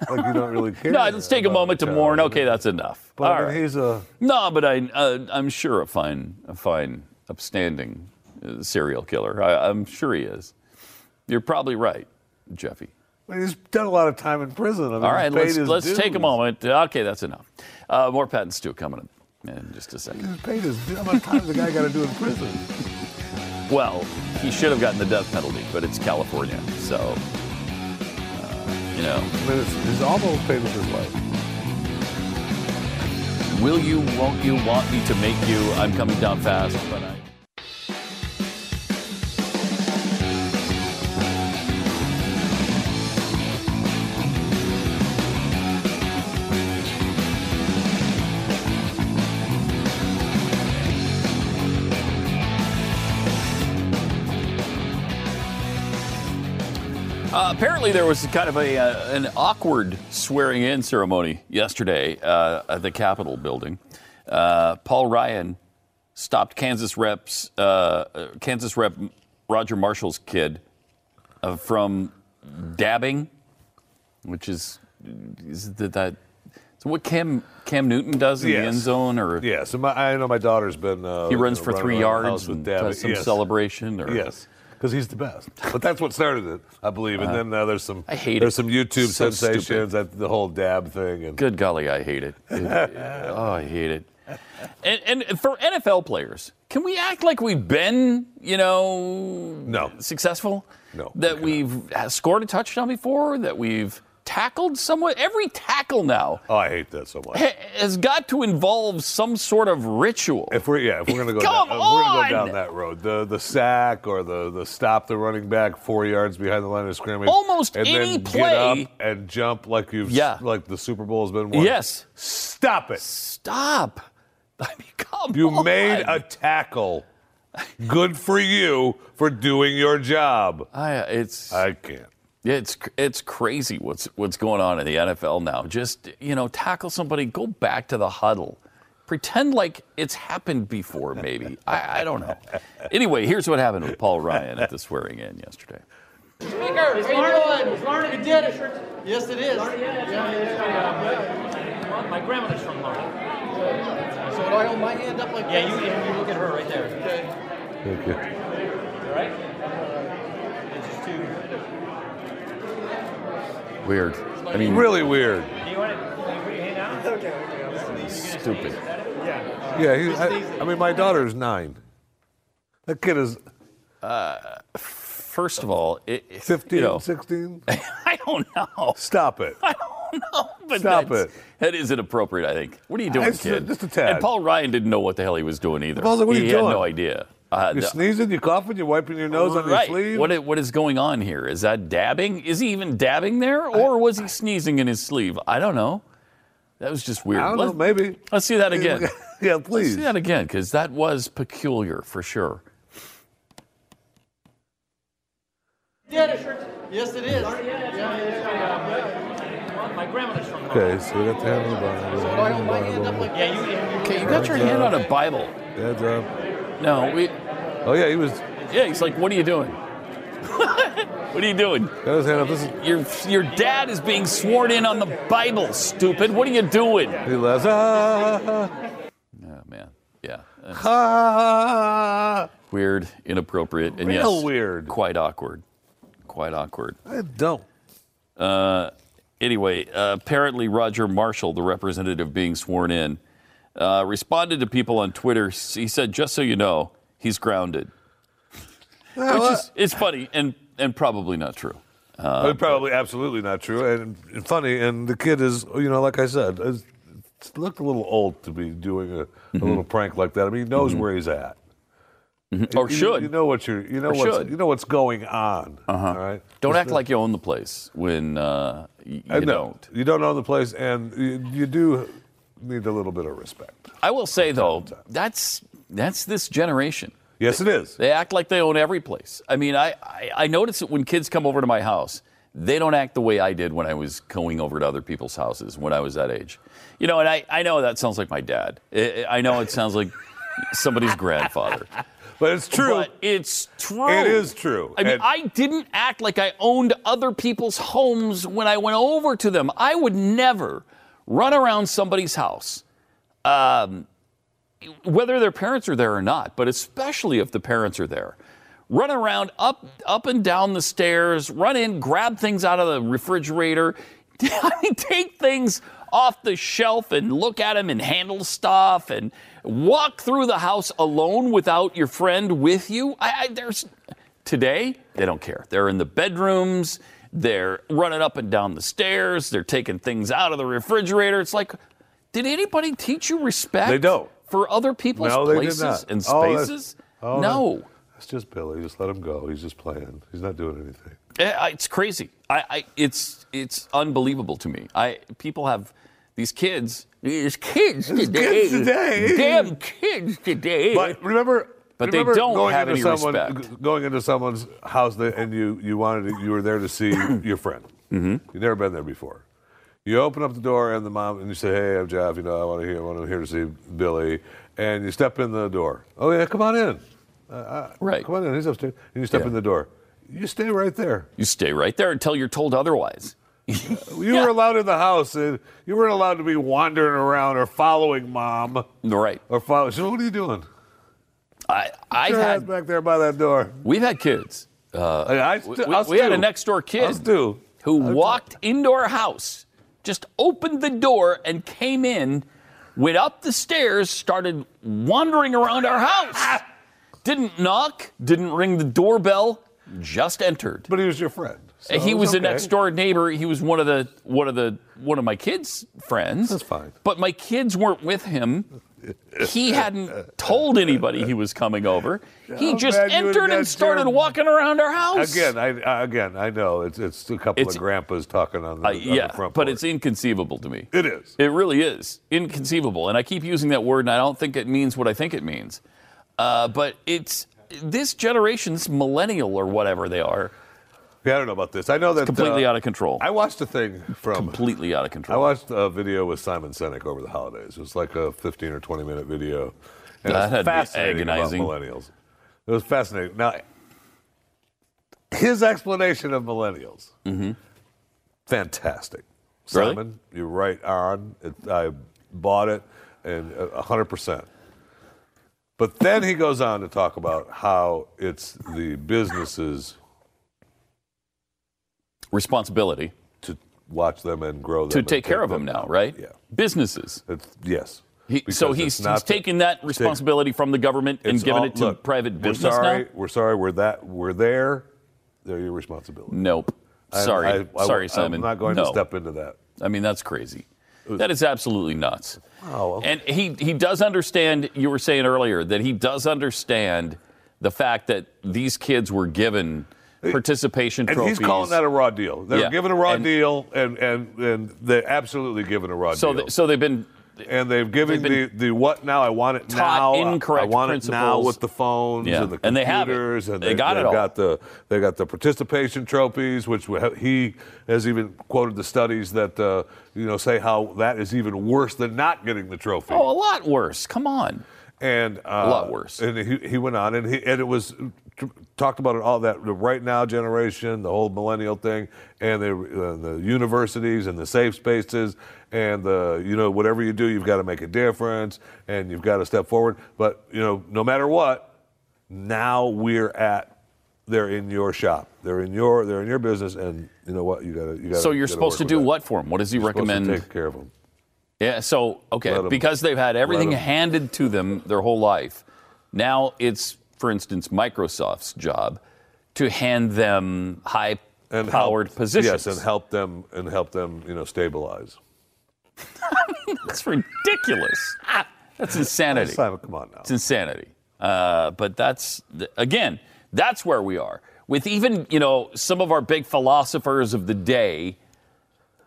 Like you don't really care. No, let's take a about moment to Charlie. mourn. Okay, that's enough. But I All mean, right. he's a No, but I, uh, I'm sure a fine, a fine, upstanding uh, serial killer. I, I'm sure he is. You're probably right, Jeffy. I mean, he's done a lot of time in prison. I mean, All right, he's paid let's his let's take a dues. moment. Okay, that's enough. Uh, more patents too coming in in just a second. He's paid his dues. How much time the guy got to do in prison? Well, he should have gotten the death penalty, but it's California, so uh, you know. I mean, it's, he's almost paid with his life. Will you? Won't you? Want me to make you? I'm coming down fast, but I. Uh, apparently, there was kind of a uh, an awkward swearing-in ceremony yesterday uh, at the Capitol building. Uh, Paul Ryan stopped Kansas reps uh, uh, Kansas rep Roger Marshall's kid uh, from dabbing, which is is that, that so what Cam Cam Newton does in the end zone or Yeah, so my, I know my daughter's been. Uh, he runs for running three around the yards house with and Dabby. does some Yes. celebration or Yes, because he's the best. But that's what started it, I believe. And Uh, then uh, there's some I hate there's it. some YouTube So stupid. sensations that the whole dab thing. And Good golly, I hate it. It- oh, I hate it. And, and for NFL players, can we act like we've been, you know, no, successful? No, That we've scored a touchdown before, that we've tackled someone. Every tackle now oh, I hate that so much. ha- has got to involve some sort of ritual. If we're yeah, if we're gonna go, Come down, if we're gonna on! go down that road. The the sack or the the stop the running back four yards behind the line of scrimmage. Almost and any then get up play- and jump like you've Yeah. like the Super Bowl has been won. Yes. stop it. Stop. I mean, come You on. made a tackle. Good for you for doing your job. I, it's I can't. Yeah, it's it's crazy what's what's going on in the NFL now. Just you know, tackle somebody, go back to the huddle, pretend like it's happened before. Maybe I, I don't know. Anyway, here's what happened with Paul Ryan at the swearing in yesterday. Speaker, it's Larnigan. It's Larnigan did it. Yes, it is. My grandmother's from Larnigan. So do I hold my hand up like yeah, this? Yeah, you, you look at her right there. Okay. Thank you. All right? It's just two. Weird. I mean, really weird. Do you want it? Can you put your hand out? Okay, okay. Stupid. Yeah. Yeah, he, I, I mean, my daughter's nine. That kid is Uh, first of all, it, it- 15, you know, 16. I don't know. Stop it. I don't know. But Stop that's- it. That is inappropriate. I think. What are you doing, It's kid? just a tad. And Paul Ryan didn't know what the hell he was doing either. Paul's like, what are he you had doing? no idea. Uh, You're the- sneezing, you're coughing, you're wiping your nose on your right. sleeve. What i- what is going on here? Is that dabbing? Is he even dabbing there, or was he sneezing in his sleeve? I don't know. That was just weird. I don't Let's- know, maybe. Let's see that again. yeah, Let's please. see that again, because that was peculiar for sure. Did it. Yes, it is. Yeah. My grandmother's from Larnigan. Okay, so we got the hand on the Bible. So do I hold my hand up like this? Yeah, you, Okay, you got your hand on a Bible. Heads up. No, we. Oh yeah, he was. Yeah, he's like, "What are you doing? what are you doing?" Got his hand up. This is, Your your dad is being sworn in on the Bible, stupid. What are you doing? he laughs. Ah, Oh man, yeah. That's ah. Weird, inappropriate, and Real yes, weird. quite awkward, quite awkward. I don't. Uh, anyway, uh, apparently Roger Marshall, the representative being sworn in, uh, responded to people on Twitter. He said, "Just so you know, he's grounded," which uh, is it's funny and and probably not true. uh, I mean, Oh, probably absolutely not true and, and funny. And the kid is, you know, like I said, is, looked a little old to be doing a, Mm-hmm. a little prank like that. I mean, he knows where he's at. Or You- should. you know what you're you know Or what's should. you know what's going on? Uh-huh. right. Don't Just act the- like you own the place when uh, y- you I know. don't. You don't know the place, and you, you do need a little bit of respect. I will say though, that's that's this generation. Yes, it is. They act like they own every place. I mean, I, I, I notice it when kids come over to my house. They don't act the way I did when I was going over to other people's houses when I was that age. You know, and I, I know that sounds like my dad. I, I know it sounds like somebody's grandfather. But it's true. But it's true. It is true. I mean, And- I didn't act like I owned other people's homes when I went over to them. I would never run around somebody's house, um, whether their parents are there or not, but especially if the parents are there. Run around up, up and down the stairs. Run in, grab things out of the refrigerator. I mean, take things off the shelf and look at them and handle stuff and walk through the house alone without your friend with you. I, I, there's Today, they don't care. They're in the bedrooms, they're running up and down the stairs, they're taking things out of the refrigerator. It's like, did anybody teach you respect? They don't. For other people's no, they places did not. and Oh, that's- spaces? oh, no. That's, that's just Billy. Just let him go. He's just playing. He's not doing anything. Eh, I- It's crazy. I, I, it's, it's unbelievable to me. I, people have these kids, these kids today. kids today. Damn kids today. But remember, But they remember don't going have into any someone, respect. Going into someone's house that- and you you wanted to, you were there to see your friend. Mm-hmm. You've never been there before. You open up the door and the mom and you say, "Hey, I'm Jeff. You know, I want to hear. I want to here to see Billy." And you step in the door. Oh yeah, come on in. Uh, uh, Right. Come on in. He's upstairs. And you step Yeah. in the door. You stay right there. You stay right there until you're told otherwise. You were allowed in the house, and you weren't allowed to be wandering around or following mom Right. or follow. So what are you doing? I, I've Your ass had back there by that door. We've had kids. Uh, I- I we st- us we had a too. next door kid Us too. who walked into our house, just opened the door and came in, went up the stairs, started wandering around our house. Ah. didn't knock, didn't ring the doorbell, just entered. But he was your friend. so he it was a Oh, okay. next door neighbor. He was one of the one of the one of my kids' friends. That's fine. But my kids weren't with him. He hadn't told anybody he was coming over. He How just bad you would've entered got and started your- walking around our house. Again, I, I again, I know it's it's a couple It's- of grandpas talking on the, Uh, on the yeah, front. but porch. it's inconceivable to me. it is. It really is inconceivable, and I keep using that word, and I don't think it means what I think it means. Uh, but it's this generation, this millennial or whatever they are. Yeah, I don't know about this. I know that e- completely uh, out of control. I watched a thing from completely out of control. I watched a video with Simon Sinek over the holidays. It was like a 15 or 20 minute video. And That had it was to be fascinating about agonizing. millennials. It was fascinating. Now, his explanation of millennials, fantastic. Mm-hmm. Really? Simon, you're right on. It, I bought it and uh, 100%. But then he goes on to talk about how it's the businesses responsibility to watch them and grow them to and take care of them now, right? Yeah. Businesses. yes. He, so Because he's, it's not he's the- taken that responsibility from the government and It's given all- it to look, private business We're sorry. now. We're sorry. We're that. We're there. They're your responsibility. Nope. I- Sorry. I- I- sorry, I'm Simon. not going to No. step into that. I mean, that's crazy. That is absolutely nuts. Wow. And he, he does understand, you were saying earlier, that he does understand the fact that these kids were given participation And trophies. he's calling that a raw deal. They're Yeah. given a raw And- deal, and and and they're absolutely given a raw So, deal. they, so they've been and they've given they've been the, the what now? I want it now. taught I- incorrect I want it now principles. with the phones Yeah. and the computers, And they have it. and They got it they've all. Got the they got the participation trophies, which we have- he has even quoted the studies that uh, you know say how that is even worse than not getting the trophy. Oh, a lot worse. Come on. And uh, a lot worse. And he, he went on, and he and it was t- talked about it all that the right now generation, the whole millennial thing, and the uh, the universities and the safe spaces, and the you know whatever you do, you've got to make a difference, and you've got to step forward. But you know, no matter what, now we're at they're in your shop, they're in your they're in your business, and you know what you got to you got. So you're supposed to do what for them? What does he recommend? To take care of them. Yeah, so, okay, Let 'em- because they've had everything let 'em- handed to them their whole life, now it's, for instance, Microsoft's job to hand them high powered positions. Yes, and help them and help them you know stabilize. That's ridiculous. That's insanity. Simon, come on now. It's insanity. Uh, but that's, th- again, that's where we are. With even, you know, some of our big philosophers of the day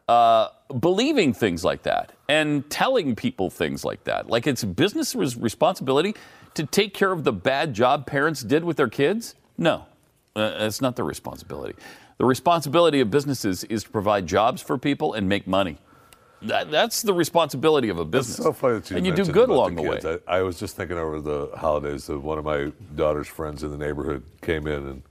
uh, believing things like that and telling people things like that. Like it's business res- responsibility to take care of the bad job parents did with their kids? No, uh, it's not their responsibility. The responsibility of businesses is to provide jobs for people and make money. That, that's the responsibility of a business. It's so funny that you and you do mentioned good about along the, way. kids. I, I was just thinking over the holidays that one of my daughter's friends in the neighborhood came in and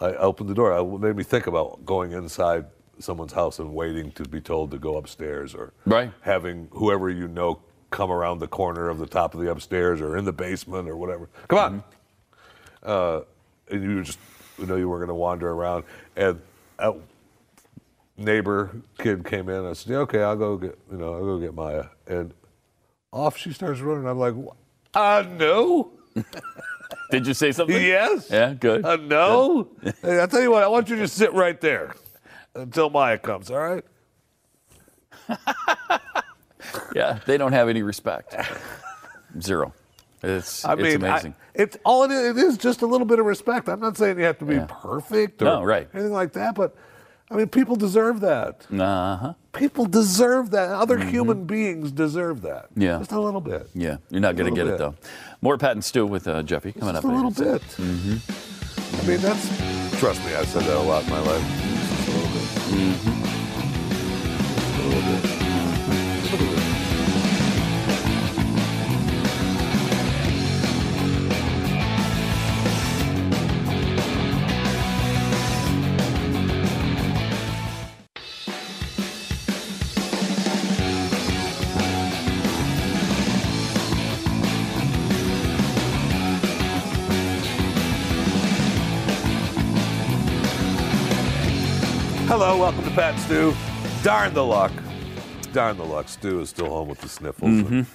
I opened the door. I- It made me think about going inside someone's house and waiting to be told to go upstairs or Right. having whoever you know come around the corner of the top of the upstairs or in the basement or whatever. Come Mm-hmm. on. Uh, and you were just, you know, you were going to wander around. And a neighbor kid came in. I said, yeah, okay, I'll go get, you know, I'll go get Maya. And off she starts running. I'm like, uh, no. Did you say something? Yes. Yeah, good. Uh, no. Hey, I tell you what, I want you to just sit right there until Maya comes, all right? Yeah, they don't have any respect. Zero. It's, I it's mean, I- amazing. it's all it is, it is just a little bit of respect. I'm not saying you have to be Yeah. perfect or No, right. anything like that, but I mean, people deserve that. Uh huh. People deserve that. Other human beings deserve that. Mm-hmm. Yeah. Just a little bit. Yeah, you're not going to little get it bit. though. More Pat and Stu with uh, Jeffy coming Just up. a little later. bit. Mm-hmm. I mean, that's, trust me, I've said that a lot in my life. Just a little bit. Mm-hmm. A little bit. Just a little bit. Hello, welcome to Pat and Stu. Darn the luck. Darn the luck. Stu is still home with the sniffles. And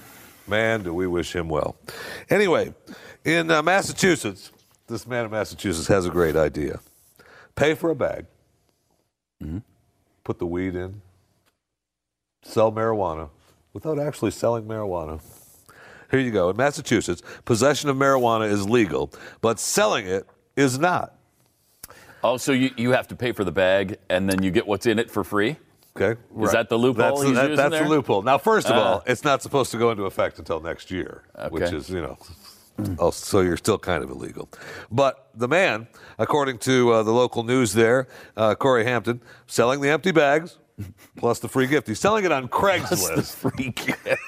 Man, do we wish him well. Anyway, in uh, Massachusetts, this man in Massachusetts has a great idea. Pay for a bag, put the weed in, sell marijuana without actually selling marijuana. Here you go. In Massachusetts, possession of marijuana is legal, but selling it is not. Oh, so you, you have to pay for the bag and then you get what's in it for free? Okay. Is that the loophole That's, the- he's that- using that's there? the loophole. Now, first of Ah. all, it's not supposed to go into effect until next year, which Okay. is, you know, Oh, so you're still kind of illegal. But the man, according to uh, the local news there, uh, Corey Hampton, selling the empty bags plus the free gift. He's selling it on Craigslist. free gift.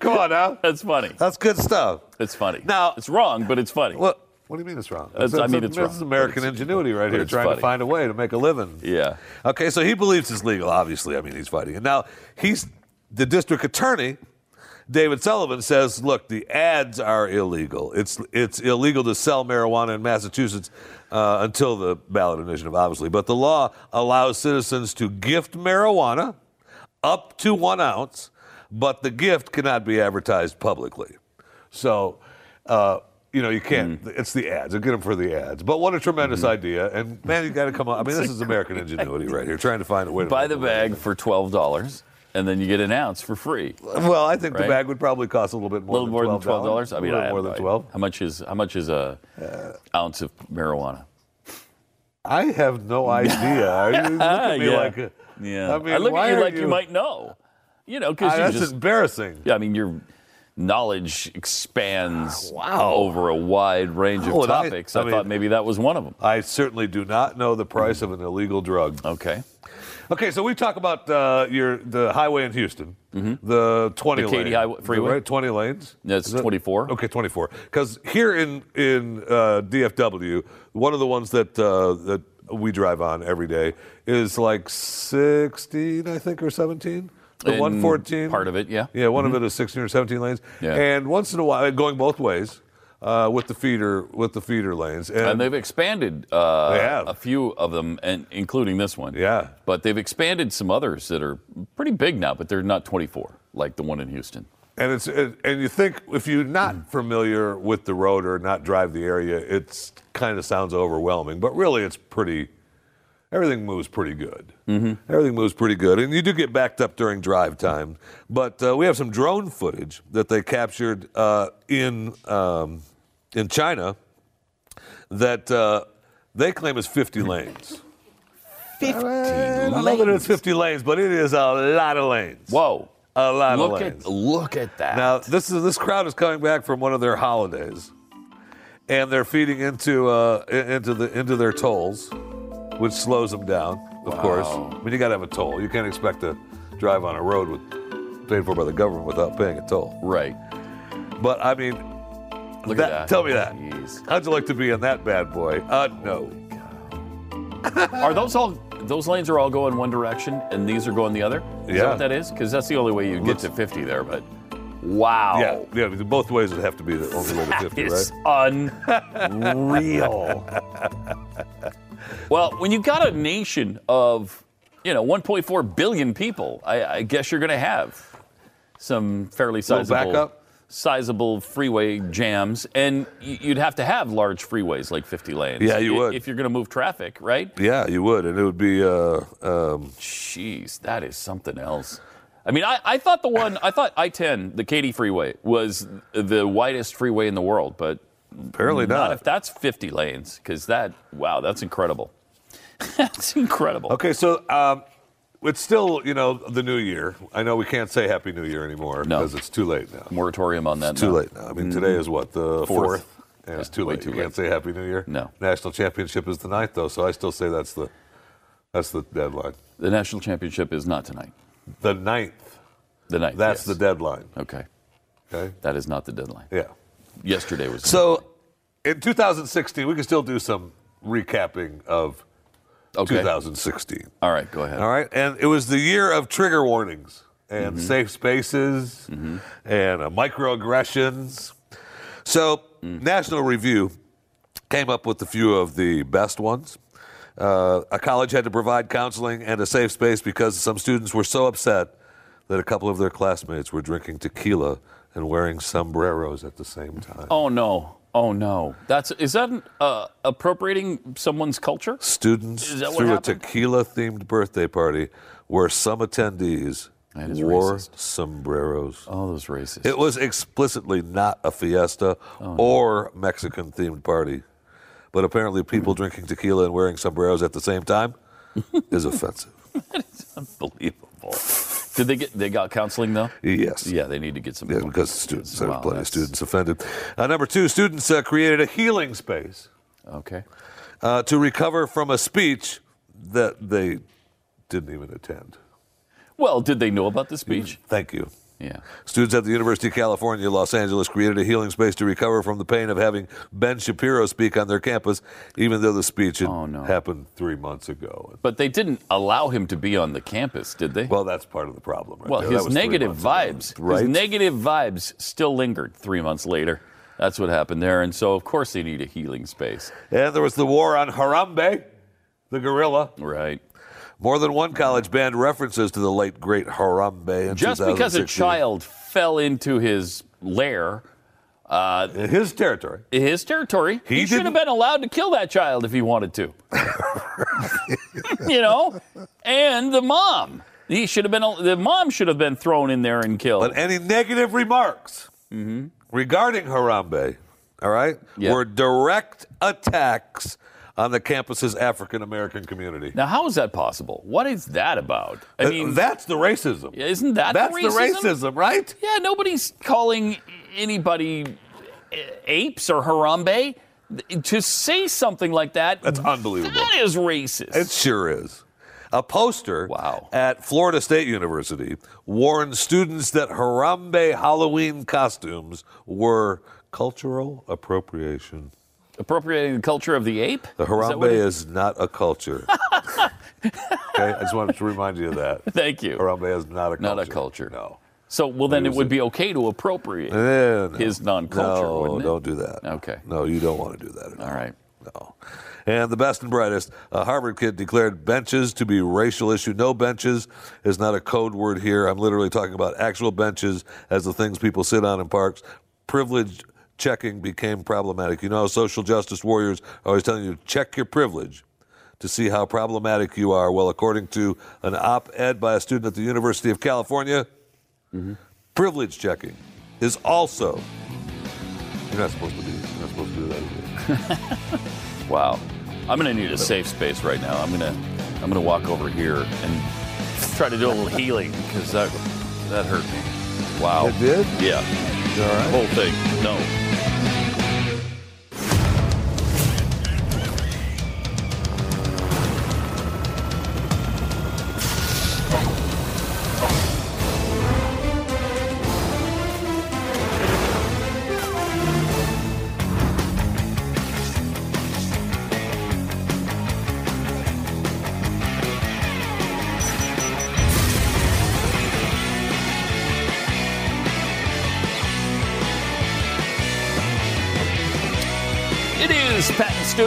Come on now. That's funny. That's good stuff. It's funny. Now it's wrong, but it's funny. What? What do you mean it's wrong? That's- I mean, it's wrong, This is American but it's- ingenuity right but here, it's trying funny. to find a way to make a living. Yeah. Okay, so he believes it's legal, obviously. I mean, he's fighting. And now he's the district attorney, David Sullivan, says, look, the ads are illegal. It's, it's illegal to sell marijuana in Massachusetts uh, until the ballot initiative, obviously. But the law allows citizens to gift marijuana up to one ounce, but the gift cannot be advertised publicly. So, uh, you know, you can't. Mm-hmm. It's the ads. I get them for the ads. But what a tremendous idea! And man, you got to come up. I mean, this is American ingenuity right here, trying to find a way to Buy the bag for twelve dollars, and then you get an ounce for free. Well, I think the Right? bag would probably cost a little bit A more. little more than twelve dollars. I mean, I a little have more no than idea. twelve. Uh, How much is how much is a ounce of marijuana? I have no idea. Are you looking at me Yeah. like? a- Yeah, I mean, look why at you are like you, might know. You know, because Ah, you that's just, embarrassing. Yeah, I mean, your knowledge expands Wow. over a wide range Oh, of and I- topics. I I, mean- thought maybe that was one of them. I certainly do not know the price of an illegal drug. Okay. Okay, so we talk about uh, your the highway in Houston, the 20 Mm-hmm. The Katy lane highway- freeway? right? 20 lanes. That's Is that- 24. Okay, 24. Because here in in uh, DFW, one of the ones that uh, that we drive on every day is like 16, I think, or 17. The In 114. part of it, yeah. Mm-hmm. Yeah, one of it is 16 or 17 lanes. Yeah. And once in a while, going both ways. Uh, with the feeder, with the feeder lanes, And, they've expanded uh, They have. a few of them, and including this one. Yeah. But they've expanded some others that are pretty big now, but they're not 24 like the one in Houston. And it's it, and you think if you're Mm. not familiar with the road or not drive the area, it's kind of sounds overwhelming, but really it's pretty. Everything moves pretty good. Mm-hmm. Everything moves pretty good, and you do get backed up during drive time. But uh, we have some drone footage that they captured uh, in um, in China that uh, they claim is 50 lanes. 50 I don't know that it's 50 lanes, but it is a lot of lanes. Whoa. A lot Look of at- lanes. look at that. Now this is this crowd is coming back from one of their holidays, and they're feeding into uh, i- into the into their tolls, which slows them down. Of course, I mean you got to have a toll. You can't expect to drive on a road with paid for by the government without paying a toll. Right. But I mean, Look at that, that. Tell me that. Jeez. How'd you like to be in that bad boy? Uh, no. Are those all? Those lanes are all going one direction, and these are going the other. Is Yeah. that what that is? Because that's the only way you get to 50 there. But wow, Yeah, yeah. Both ways would have to be the only way to 50, right? it's unreal. well, when you got a nation of, you know, 1.4 billion people, I, I guess you're going to have some fairly Little sizable, backup? sizable freeway jams, and y- you'd have to have large freeways like 50 lanes. Yeah, you i- would. if you're going to move traffic, right? Yeah, you would, and it would be. Uh, um, Jeez, that is something else. I mean, I, I thought the one, I thought I 10, the Katy Freeway, was the widest freeway in the world, but Apparently not. if that's 50 lanes, because that, wow, that's incredible. that's incredible. Okay, so um, it's still, you know, the new year. I know we can't say Happy New Year anymore because it's too late now. Moratorium on that. It's too now. late now. I mean, today is what, the Fourth. 4th? And it's too way late. too you can't late. say Happy New Year. No. National championship is the ninth, though, so I still say that's the that's the deadline. The national championship is not tonight. The ninth. The ninth. That's yes. the deadline. Okay. Okay. That is not the deadline. Yeah. Yesterday was. So in 2016, we can still do some recapping of Okay. 2016. All right, go ahead. All right. And it was the year of trigger warnings and safe spaces and uh, microaggressions. So, National Review came up with a few of the best ones. Uh, a college had to provide counseling and a safe space because some students were so upset that a couple of their classmates were drinking tequila and wearing sombreros at the same time. Oh, no. Oh, no. That's, is that uh, appropriating someone's culture? Students Is that what threw a happened? tequila themed birthday party where some attendees is wore sombreros. Oh, those racists. It was explicitly not a fiesta or Mexican themed party, but apparently people drinking tequila and wearing sombreros at the same time is offensive. Unbelievable. Did they get? They got counseling though. Yes. Yeah, they need to get some. Yeah, because students, there's plenty of students offended. Uh, number two, students uh, created a healing space. Okay. Uh, to recover from a speech that they didn't even attend. Well, did they know about the speech? Thank you. Yeah. Students at the University of California, Los Angeles created a healing space to recover from the pain of having Ben Shapiro speak on their campus, even though the speech Oh, had happened three months ago. But they didn't allow him to be on the campus, did they? Well, that's part of the problem. Right well, there. That his was three negative vibes, months ago, right? his negative vibes still lingered three months later. That's what happened there, and so of course they need a healing space. And there was the war on Harambe, the gorilla. Right. More than one college banned references to the late great Harambe. In Just because a 2016. child fell into his lair, uh, his territory, his territory, he, should have been allowed to kill that child if he wanted to. you know, and the mom, he should have been the mom should have been thrown in there and killed. But any negative remarks Mm-hmm. regarding Harambe, all right, were direct attacks on the campus's African American community. Now, how is that possible? What is that about? I Uh, mean, that's the racism. Isn't that That's the the racism? racism, right? Yeah, nobody's calling anybody eh, apes or Harambe. To say something like that, that's unbelievable. That is racist. It sure is. A poster wow. at Florida State University warned students that Harambe Halloween costumes were cultural appropriation. Appropriating the culture of the ape? The that what Harambe it- is, not a culture. okay, I just wanted to remind you of that. Thank you. Harambe is not a culture. Not a culture. No. So, well, then It it was would a- be okay to appropriate Eh, no. his non-culture, No, wouldn't it? don't do that. Okay. No, you don't want to do that. All right. No. And the best and brightest, a Harvard kid declared benches to be racial issue. No benches is not a code word here. I'm literally talking about actual benches as the things people sit on in parks. Privilege checking became problematic. You know, how social justice warriors are always telling you to check your privilege to see how problematic you are. Well, according to an op ed by a student at the University of California, privilege checking is also. You're not supposed to be. You're not supposed to do that. Wow. I'm gonna need a safe space right now. I'm gonna I'm gonna walk over here and try to do a little healing because that that hurt me. Wow. It did? Yeah. The whole thing. No. It is Pat and Stu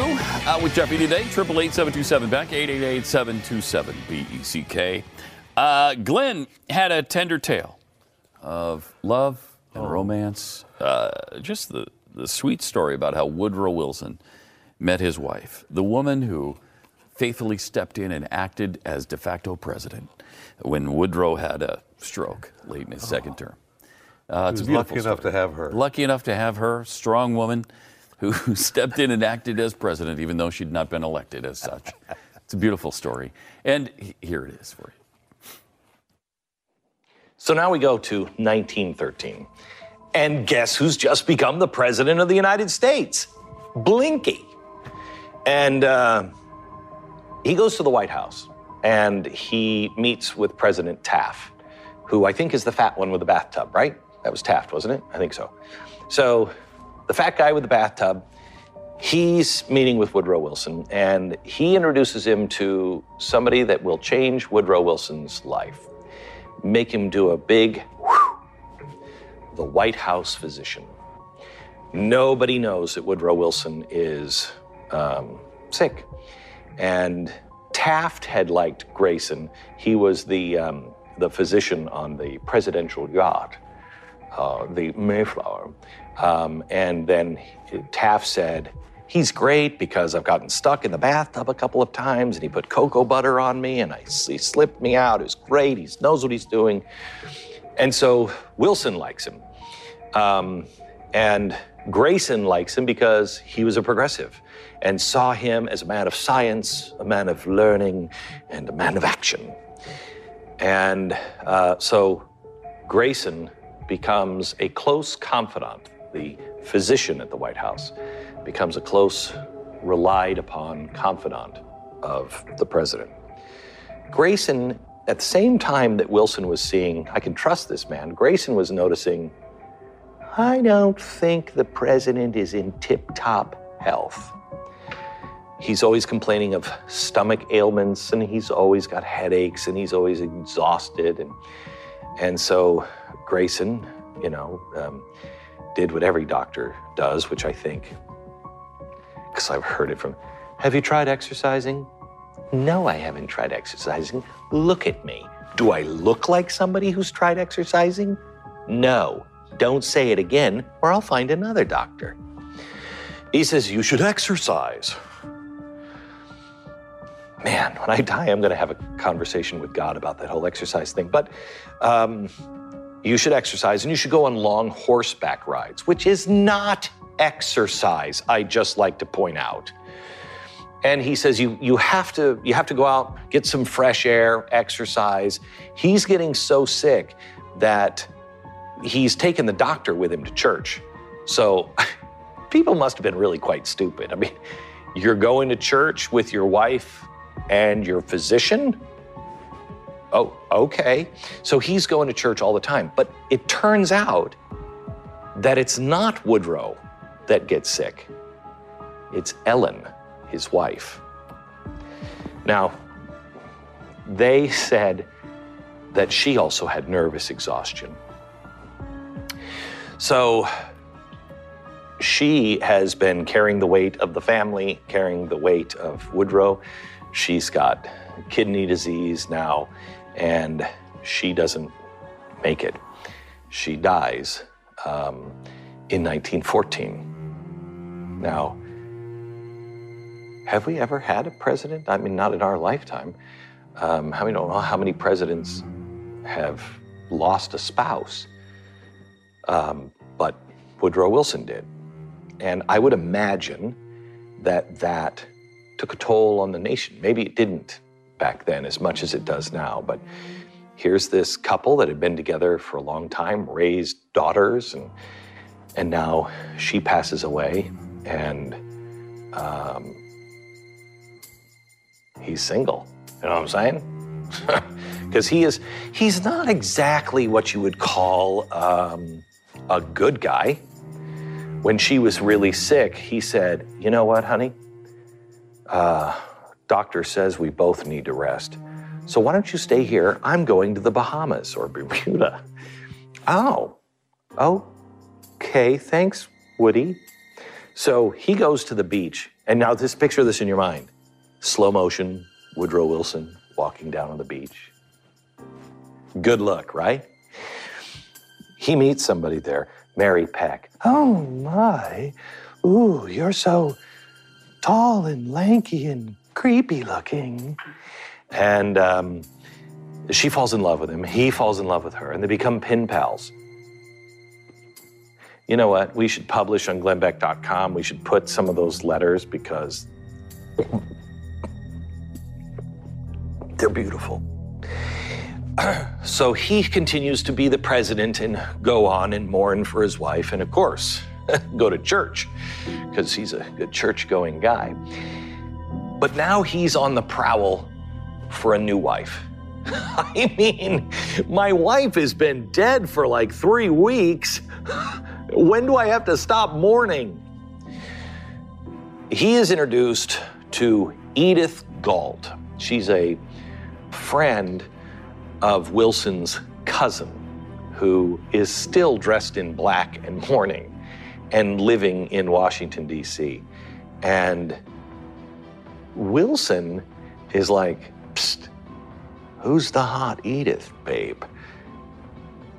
out with Jeffy today. Triple eight seven two seven back eight eight eight seven two seven B E C K. Uh, Glenn had a tender tale of love and romance. Uh, just the the sweet story about how Woodrow Wilson met his wife, the woman who faithfully stepped in and acted as de facto president when Woodrow had a stroke late in his second term. Uh, He it's was a beautiful lucky enough story. to have her. Lucky enough to have her, strong woman who stepped in and acted as president, even though she'd not been elected as such. It's a beautiful story. And he- here it is for you. So now we go to 1913. And guess who's just become the president of the United States? Blinky. And uh, he goes to the White House and he meets with President Taft, who I think is the fat one with the bathtub, right? That was Taft, wasn't it? I think so. So the fat guy with the bathtub, he's meeting with Woodrow Wilson and he introduces him to somebody that will change Woodrow Wilson's life make him do a big whew, the White House physician. Nobody knows that Woodrow Wilson is um, sick. And Taft had liked Grayson. He was the, um, the physician on the presidential yacht, uh, the Mayflower. Um, and then Taft said, He's great because I've gotten stuck in the bathtub a couple of times and he put cocoa butter on me and I, he slipped me out. It was great. He knows what he's doing. And so Wilson likes him. Um, and Grayson likes him because he was a progressive and saw him as a man of science, a man of learning, and a man of action. And uh, so Grayson becomes a close confidant, the physician at the White House becomes a close, relied upon confidant of the president. Grayson, at the same time that Wilson was seeing, I can trust this man, Grayson was noticing, I don't think the president is in tip top health. He's always complaining of stomach ailments and he's always got headaches and he's always exhausted. And, and so Grayson, you know, um, did what every doctor does, which I think, because I've heard it from, have you tried exercising? No, I haven't tried exercising. Look at me. Do I look like somebody who's tried exercising? No. Don't say it again, or I'll find another doctor. He says, You should exercise. Man, when I die, I'm going to have a conversation with God about that whole exercise thing. But um, you should exercise and you should go on long horseback rides, which is not exercise, I just like to point out. And he says you you have to you have to go out, get some fresh air, exercise. He's getting so sick that he's taken the doctor with him to church. So people must have been really quite stupid. I mean, you're going to church with your wife and your physician? Oh, okay. So he's going to church all the time. But it turns out that it's not Woodrow that gets sick, it's Ellen, his wife. Now, they said that she also had nervous exhaustion. So she has been carrying the weight of the family, carrying the weight of Woodrow. She's got kidney disease now, and she doesn't make it. She dies um, in 1914. Now, have we ever had a president? I mean, not in our lifetime. Um, I mean, I don't know how many presidents have lost a spouse, um, but Woodrow Wilson did. And I would imagine that that took a toll on the nation. Maybe it didn't back then as much as it does now, but here's this couple that had been together for a long time, raised daughters, and and now she passes away, and um, he's single. You know what I'm saying? Because he is he's not exactly what you would call um, a good guy. When she was really sick, he said, "You know what, honey? Uh, doctor says we both need to rest." So why don't you stay here? I'm going to the Bahamas or Bermuda. Oh, okay. Thanks, Woody. So he goes to the beach, and now this picture this in your mind: slow motion, Woodrow Wilson walking down on the beach. Good luck, right? He meets somebody there, Mary Peck. Oh my! Ooh, you're so tall and lanky and creepy looking and um, she falls in love with him. He falls in love with her, and they become pen pals. You know what? We should publish on glenbeck.com. We should put some of those letters because they're beautiful. so he continues to be the president and go on and mourn for his wife, and of course, go to church because he's a good church going guy. But now he's on the prowl for a new wife. I mean, my wife has been dead for like three weeks. when do I have to stop mourning? He is introduced to Edith Galt. She's a friend of Wilson's cousin who is still dressed in black and mourning and living in Washington, D.C. And Wilson is like, Psst, who's the hot Edith, babe?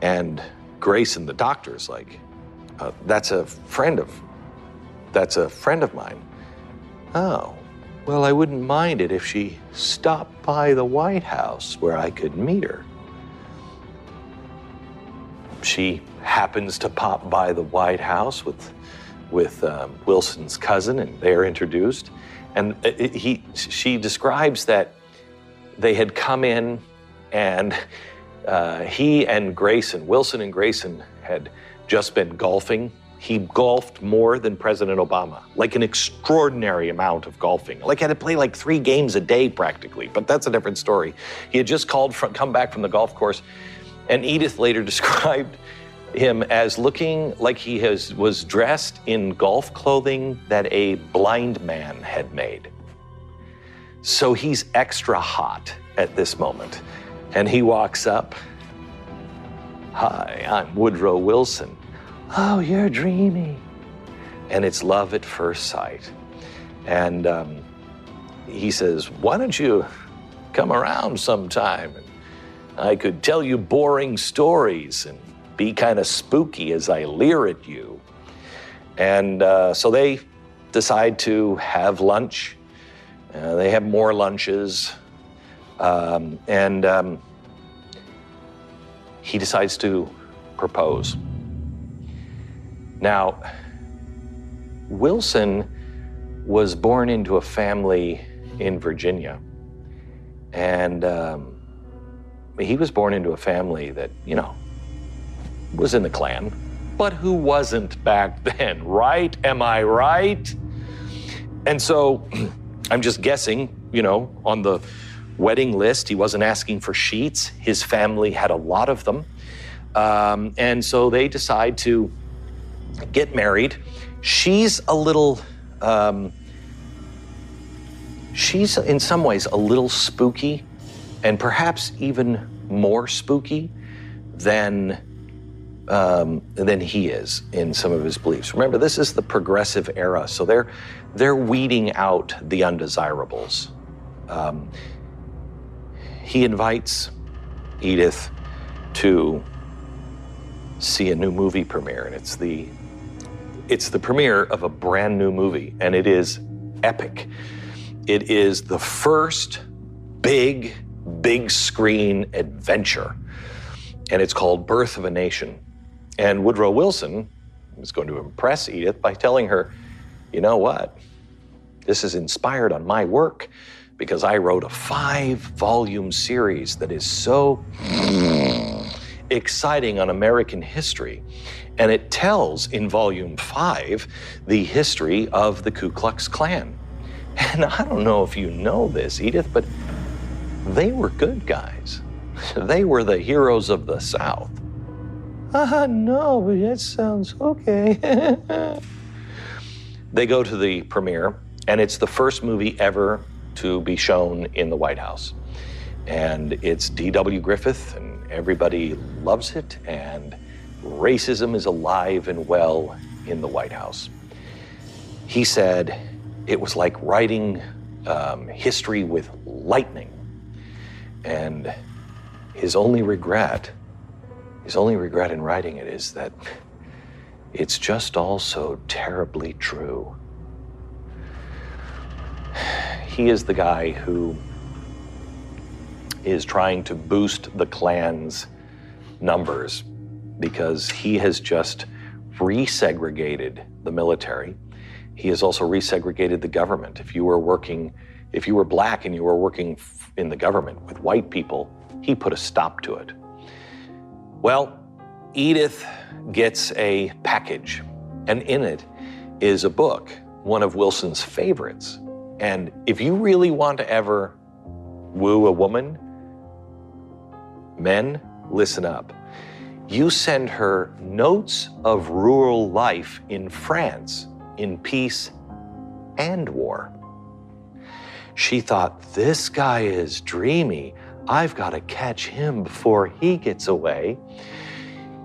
And Grayson, the doctor's like, uh, that's a friend of, that's a friend of mine. Oh, well, I wouldn't mind it if she stopped by the White House where I could meet her. She happens to pop by the White House with, with um, Wilson's cousin, and they're introduced. uh, And it, it- he, she describes that they had come in And uh, he and Grayson, Wilson and Grayson, had just been golfing. He golfed more than President Obama, like an extraordinary amount of golfing. Like had to play like three games a day practically, but that's a different story. He had just called from come back from the golf course, and Edith later described him as looking like he has was dressed in golf clothing that a blind man had made. So he's extra hot at this moment. And he walks up. Hi, I'm Woodrow Wilson. Oh, you're dreamy. And it's love at first sight. And um, he says, Why don't you come around sometime? And I could tell you boring stories and be kind of spooky as I leer at you. And uh, so they decide to have lunch. Uh, they have more lunches. Um, and um, he decides to propose. Now, Wilson was born into a family in Virginia. And um, he was born into a family that, you know, was in the Klan. But who wasn't back then, right? Am I right? And so I'm just guessing, you know, on the wedding list, he wasn't asking for sheets. His family had a lot of them. Um, and so they decide to get married. She's a little, um, she's in some ways a little spooky and perhaps even more spooky than. Um, than he is in some of his beliefs. Remember, this is the progressive era, so they're they're weeding out the undesirables. Um, he invites Edith to see a new movie premiere, and it's the it's the premiere of a brand new movie, and it is epic. It is the first big big screen adventure, and it's called Birth of a Nation. And Woodrow Wilson is going to impress Edith by telling her, you know what? This is inspired on my work because I wrote a five volume series that is so exciting on American history. And it tells in volume five the history of the Ku Klux Klan. And I don't know if you know this, Edith, but they were good guys. They were the heroes of the South. Ah, no, that sounds okay. they go to the premiere, and it's the first movie ever to be shown in the White House. And it's D.W. Griffith, and everybody loves it, and racism is alive and well in the White House. He said it was like writing um, history with lightning. And his only regret, his only regret in writing it is that it's just all so terribly true. He is the guy who is trying to boost the Klan's numbers because he has just resegregated the military. He has also resegregated the government. If you were working, if you were black and you were working f- in the government with white people, he put a stop to it. Well, Edith gets a package, and in it is a book, one of Wilson's favorites. And if you really want to ever woo a woman, men, listen up. You send her notes of rural life in France in peace and war. She thought, this guy is dreamy. I've got to catch him before he gets away.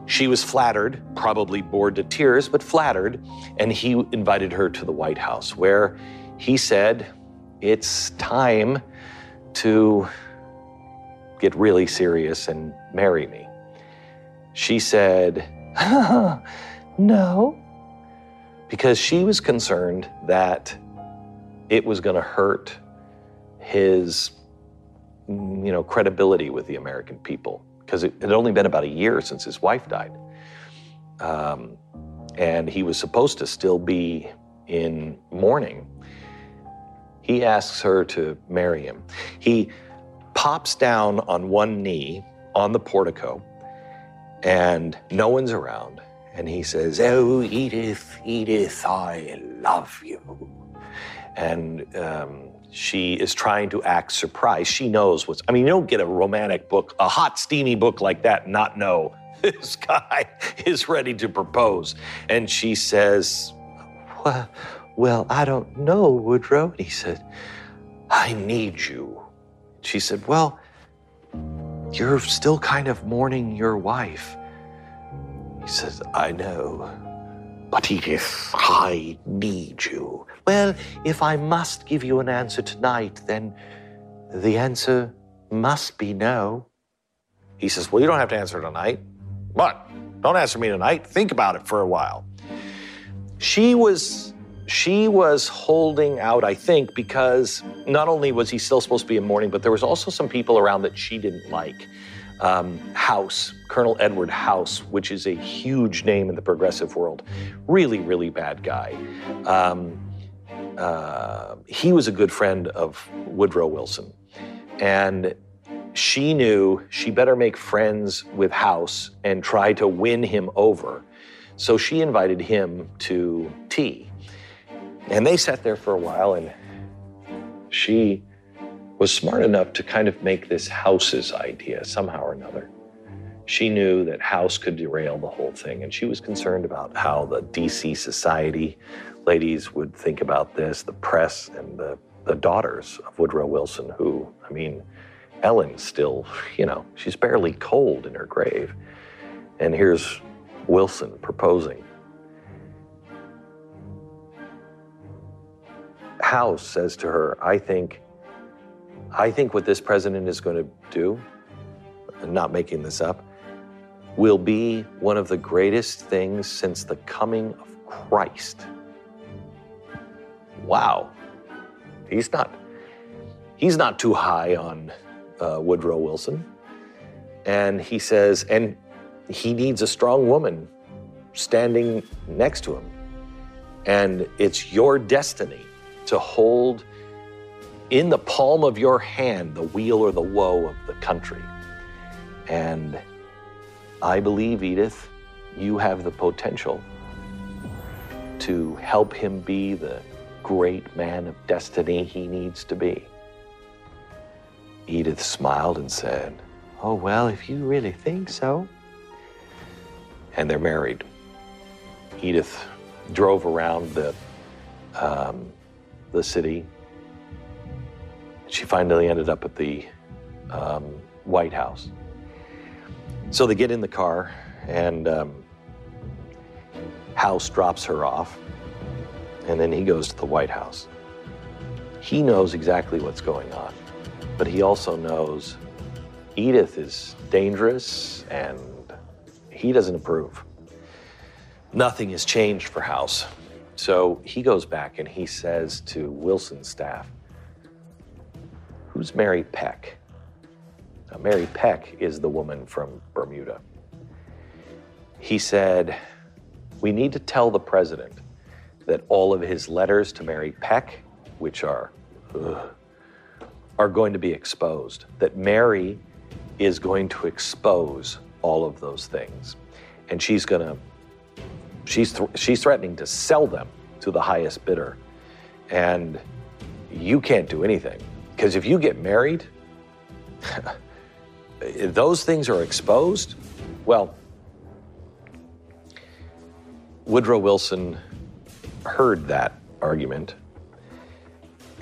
She was flattered, probably bored to tears, but flattered, and he invited her to the White House, where he said, It's time to get really serious and marry me. She said, No, because she was concerned that it was going to hurt his mm, you know credibility with the American people because it had only been about a year since his wife died. Um, and he was supposed to still be in mourning. He asks her to marry him. He hops down on one knee on the portico, and no one's around. And he says, Oh, Edith, Edith, I love you. And um, she is trying to act surprised. She knows what's, I mean, you don't get a romantic book, a hot, steamy book like that, and not know this guy is ready to propose. And she says, Well, well I don't know, Woodrow. And he said, I need you. She said, Well, you're still kind of mourning your wife. He says, I know. But Edith, I need you. Well, if I must give you an answer tonight, then the answer must be no. He says, Well, you don't have to answer tonight. But don't answer me tonight. Think about it for a while. She was she was holding out, I think, because not only was he still supposed to be in mourning, but there was also some people around that she didn't like. Um, House, Colonel Edward House, which is a huge name in the progressive world, really, really bad guy. Um, uh, he was a good friend of Woodrow Wilson, and she knew she better make friends with House and try to win him over. So she invited him to tea. And they sat there for a while, and she was smart enough to kind of make this House's idea somehow or another. She knew that House could derail the whole thing, and she was concerned about how the DC Society ladies would think about this, the press, and the, the daughters of Woodrow Wilson, who, I mean, Ellen's still, you know, she's barely cold in her grave. And here's Wilson proposing. House says to her, I think, I think what this president is going to do, I'm not making this up, will be one of the greatest things since the coming of Christ. Wow. He's not, he's not too high on uh, Woodrow Wilson. And he says, and he needs a strong woman standing next to him. And it's your destiny to hold in the palm of your hand the wheel or the woe of the country. And I believe, Edith, you have the potential to help him be the great man of destiny he needs to be. Edith smiled and said, Oh, well, if you really think so. And they're married. Edith drove around the, um, the city. She finally ended up at the um, White House. So they get in the car, and um, House drops her off, and then he goes to the White House. He knows exactly what's going on but he also knows Edith is dangerous and he doesn't approve. Nothing has changed for House. So he goes back and he says to Wilson's staff, Who's Mary Peck? Now, Mary Peck is the woman from Bermuda. He said, We need to tell the president that all of his letters to Mary Peck, which are, ugh, are going to be exposed, that Mary is going to expose all of those things. And she's going to, she's, th- she's threatening to sell them to the highest bidder. And you can't do anything. Because if you get married, if those things are exposed. Well, Woodrow Wilson heard that argument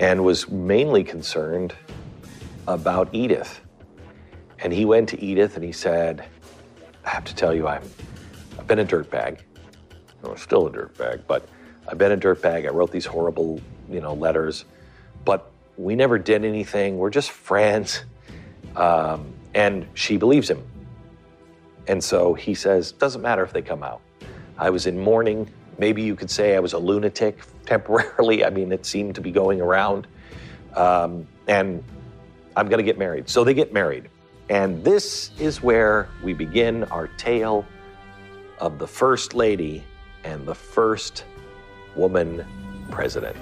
and was mainly concerned about Edith. And he went to Edith and he said, I have to tell you, I'm, I've been a dirtbag. I'm still a dirtbag, but I've been a dirtbag. I wrote these horrible, you know, letters, but we never did anything. We're just friends. Um, and she believes him. And so he says, doesn't matter if they come out. I was in mourning. Maybe you could say I was a lunatic temporarily. I mean, it seemed to be going around. Um, and I'm going to get married. So they get married. And this is where we begin our tale of the First Lady and the first woman president.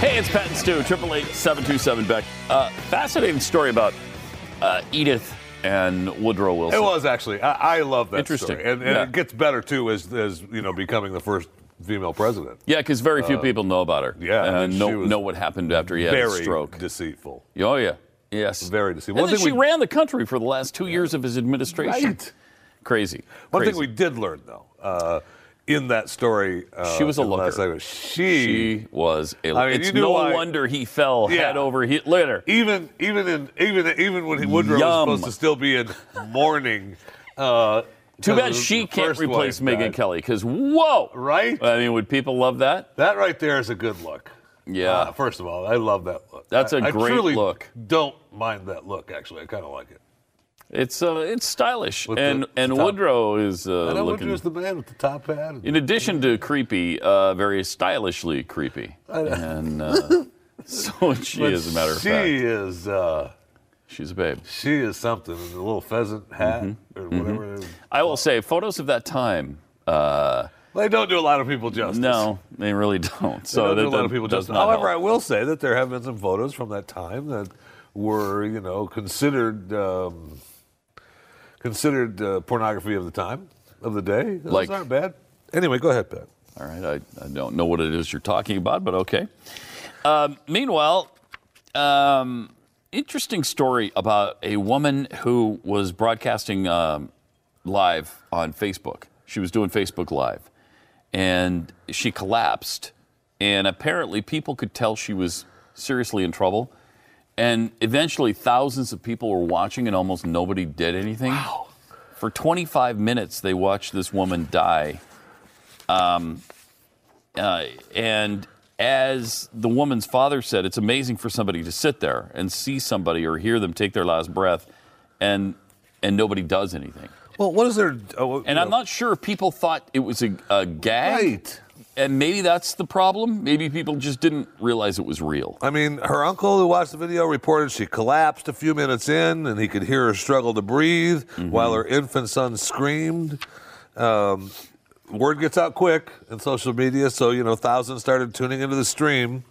Hey, it's Pat and Stu, 888 Beck. Uh, fascinating story about uh, Edith and Woodrow Wilson. It was actually. I, I love that Interesting. story. and, and Yeah. it gets better too as as you know becoming the first female president. Yeah, because very few Uh, people know about her. Yeah, I and mean, know, she was know what happened after he had very a stroke. deceitful. Oh yeah, yes, very deceitful. And One then thing she we- ran the country for the last two years of his administration. Right. Crazy. One Crazy. thing we did learn though. Uh, in that story, uh, She was a in the last looker. segment, She, She was a. I mean, it's you knew no why- wonder he fell Yeah. head over he- litter. even even in even even when he- Woodrow Yum. was supposed to still be in mourning. Uh, Too 'cause bad his she can't first replace wife Megan died. Kelly. Because whoa, right? I mean, would people love that? That right there is a good look. Yeah. Uh, first of all, I love that look. That's a a great truly look. Don't mind that look. Actually, I kind of like it. It's uh, it's stylish, With the- and the and top. Woodrow is uh, I know looking. Woodrow's the man with the top hat. and- in addition to creepy, uh, very stylishly creepy, and uh, so she But is. A matter of she fact, is. Uh, she's a babe. She is something. And the little pheasant hat Mm-hmm. or whatever. it is. I will say, photos of that time. Uh, They don't do a lot of people justice. No, they really don't. So So don't that do a lot does- of people does justice. not However, help. I will say that there have been some photos from that time that were, you know, considered um, considered uh, pornography of the time of the day. Those Like- aren't bad. Anyway, go ahead, Pat. All right, I, I don't know what it is you're talking about, but okay. Um, meanwhile, um, interesting story about a woman who was broadcasting um, live on Facebook. She was doing Facebook Live, and she collapsed. And apparently, people could tell she was seriously in trouble. And eventually, thousands of people were watching, and almost nobody did anything. Wow. For 25 minutes, they watched this woman die. Um, uh, and as the woman's father said, it's amazing for somebody to sit there and see somebody or hear them take their last breath, and and nobody does anything. Well, what is there? uh, and I'm not sure if people thought it was a, a gag. Right. And maybe that's the problem. Maybe people just didn't realize it was real. I mean, her uncle who watched the video reported she collapsed a few minutes in, and he could hear her struggle to breathe Mm-hmm. while her infant son screamed. Um, word gets out quick in social media, so you know thousands started tuning into the stream.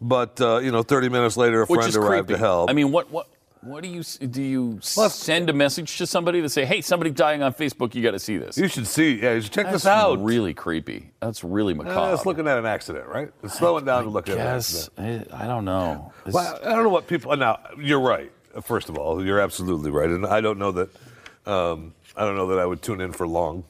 But uh, you know, 30 minutes later, a Which friend is arrived creepy. to help. I mean, what what what do you s- do? You send a message to somebody to say, "Hey, somebody dying on Facebook. You got to see this." you should see. Yeah, you should check That's this out. Really creepy. That's really macabre. Uh, it's looking at an accident, right? It's slowing down to look at an accident. Yes, I, I don't know. It's- Well, I don't know what people. Now, you're right. First of all, you're absolutely right, and I don't know that. Um, I don't know that I would tune in for long.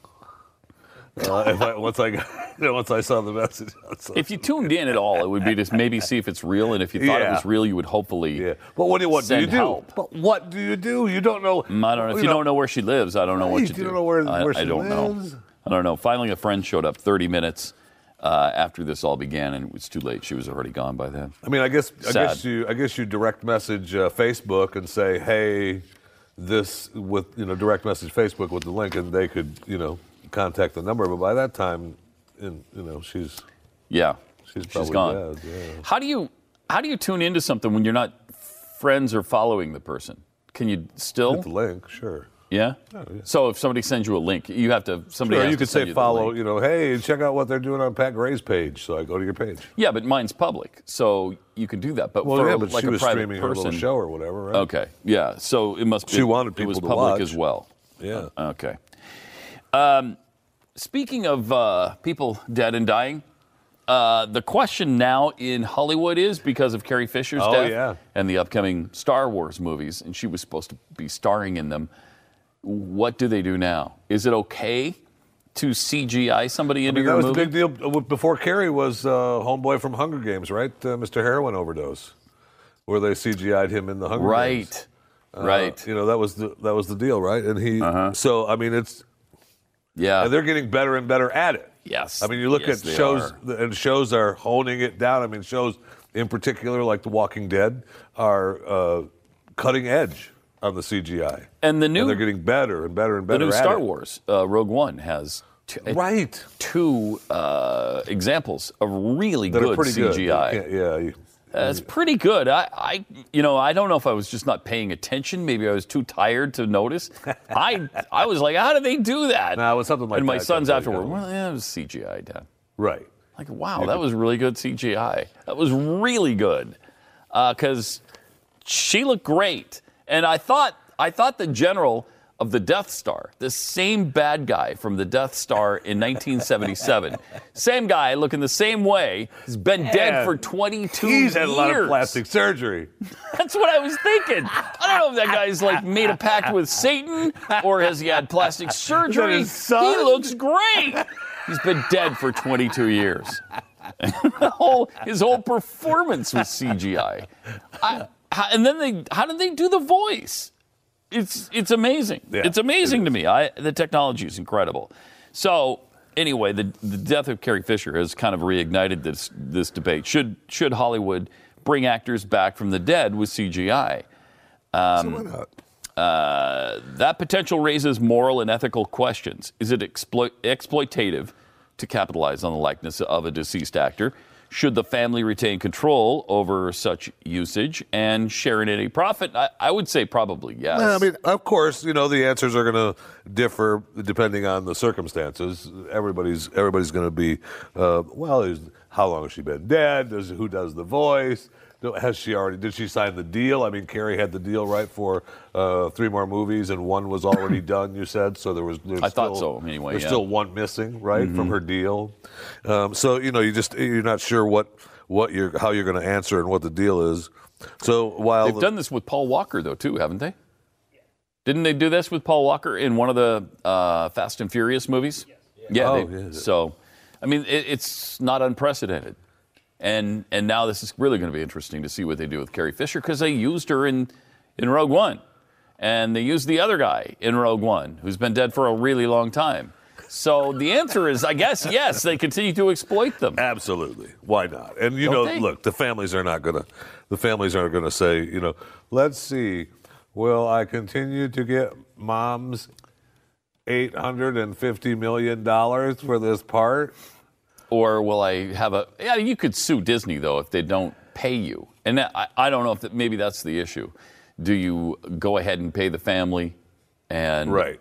Uh, if I, once I got, you know, once I saw the message. on social- if you tuned in at all, it would be to maybe see if it's real, and if you thought it Yeah. was real, you would hopefully. Yeah. But what do you what do send you do? Help. But what do you do? You don't know. Mm, I don't know. If you, You know- don't know where she lives, I don't know what Right, you do. you don't know where- I, where I she don't lives. know. I don't know. Finally, a friend showed up 30 minutes uh, after this all began, and it was too late. She was already gone by then. I mean, I guess I Sad. guess you I guess you direct message uh, Facebook and say, hey, this with you know direct message Facebook with the link, and they could you know contact the number. But by that time, in, you know she's Yeah, she's she's probably gone. dead, yeah. How do you how do you tune into something when you're not friends or following the person? Can you still Hit the link, sure. Yeah? So if somebody sends you a link, you have to somebody. Oh, Sure, has you to could send say you the follow, link. you know, hey, check out what they're doing on Pat Gray's page. So I go to your page. Yeah, but mine's public, so you can do that. But Well, for yeah, a- but like she a was private streaming her little person, show or whatever, right? Okay, yeah. So it must be She wanted it was people to public watch. as well. Yeah. Okay. Um, speaking of uh, people dead and dying, uh, the question now in Hollywood is because of Carrie Fisher's Oh, death yeah. and the upcoming Star Wars movies, and she was supposed to be starring in them. What do they do now? Is it okay to CGI somebody I into mean, your that was movie? the big deal w- before Carrie was uh, homeboy from Hunger Games, right? Uh, Mr. Heroin overdose, where they CGI'd him in the Hunger Right. Games. Uh, Right. Uh-huh. You know that was the that was the deal, right? And he. So I mean, it's. Yeah. And they're getting better and better at it. Uh, Yes. I mean, you look Yes, at they shows, are. and shows are honing it down. I mean, shows in particular, like The Walking Dead, are uh, cutting edge on the CGI. And the new- they're getting better and better and better. The new at Star it. Wars, uh, Rogue One, has t- uh, right two uh, examples of really That are good pretty good. CGI. Yeah, yeah, you- That's pretty good. I, I, you know, I don't know if I was just not paying attention. Maybe I was too tired to notice. I, I was like, how do they do that? No, it was something like and my that, sons yeah, afterward. yeah. Well, yeah, it was CGI, Dad. Right. Like, wow, that was really good CGI. That was really good because she looked great. And I thought, I thought the general of the Death Star, the same bad guy from the Death Star in 1977, same guy looking the same way, has been dead Yeah. for 22 He's years. had a lot of plastic surgery. That's what I was thinking. I don't know if that guy's like made a pact with Satan or has he had plastic surgery. his son? He looks great. He's been dead for 22 years. The whole- his whole performance was CGI. I, how, and then they, how did they do the voice? It's it's amazing. it's amazing to me. I, the technology is incredible. So anyway, the the death of Carrie Fisher has kind of reignited this this debate. Should should Hollywood bring actors back from the dead with CGI? Um, why not? uh, that potential raises moral and ethical questions. Is it explo- exploitative to capitalize on the likeness of a deceased actor? Should the family retain control over such usage and share in any profit? I, I would say probably yes. Well, I mean, of course, you know the answers are going to differ depending on the circumstances. Everybody's everybody's going to be uh, well. Is, how long has she been dead? Does, who does the voice? Do- Has she already? Did she sign the deal? I mean, Carrie had the deal right for uh, three more movies, and one was already done. You said so. There was. There's I thought still- so, anyway, There's yeah. still one missing, right, from Mhm. her deal. Um, so you know, you just you're not sure what what you're how you're going to answer and what the deal is. So while They've the- done this with Paul Walker, though, too, haven't they? Didn't they do this with Paul Walker in one of the uh, Fast and Furious movies? Yeah. Oh, they- So, I mean, it, it's not unprecedented. And and now this is really going to be interesting to see what they do with Carrie Fisher because they used her in in Rogue One, and they used the other guy in Rogue One who's been dead for a really long time. So the answer is, I guess, yes. They continue to exploit them. Absolutely. Why not? And you Don't know, they? look, the families are not gonna, the families aren't gonna say, you know, let's see, will I continue to get mom's eight hundred and fifty million dollars for this part? or will I have a? Yeah, you could sue Disney though if they don't pay you, and that, I, I don't know if that, maybe that's the issue. Do you go ahead and pay the family, and Right.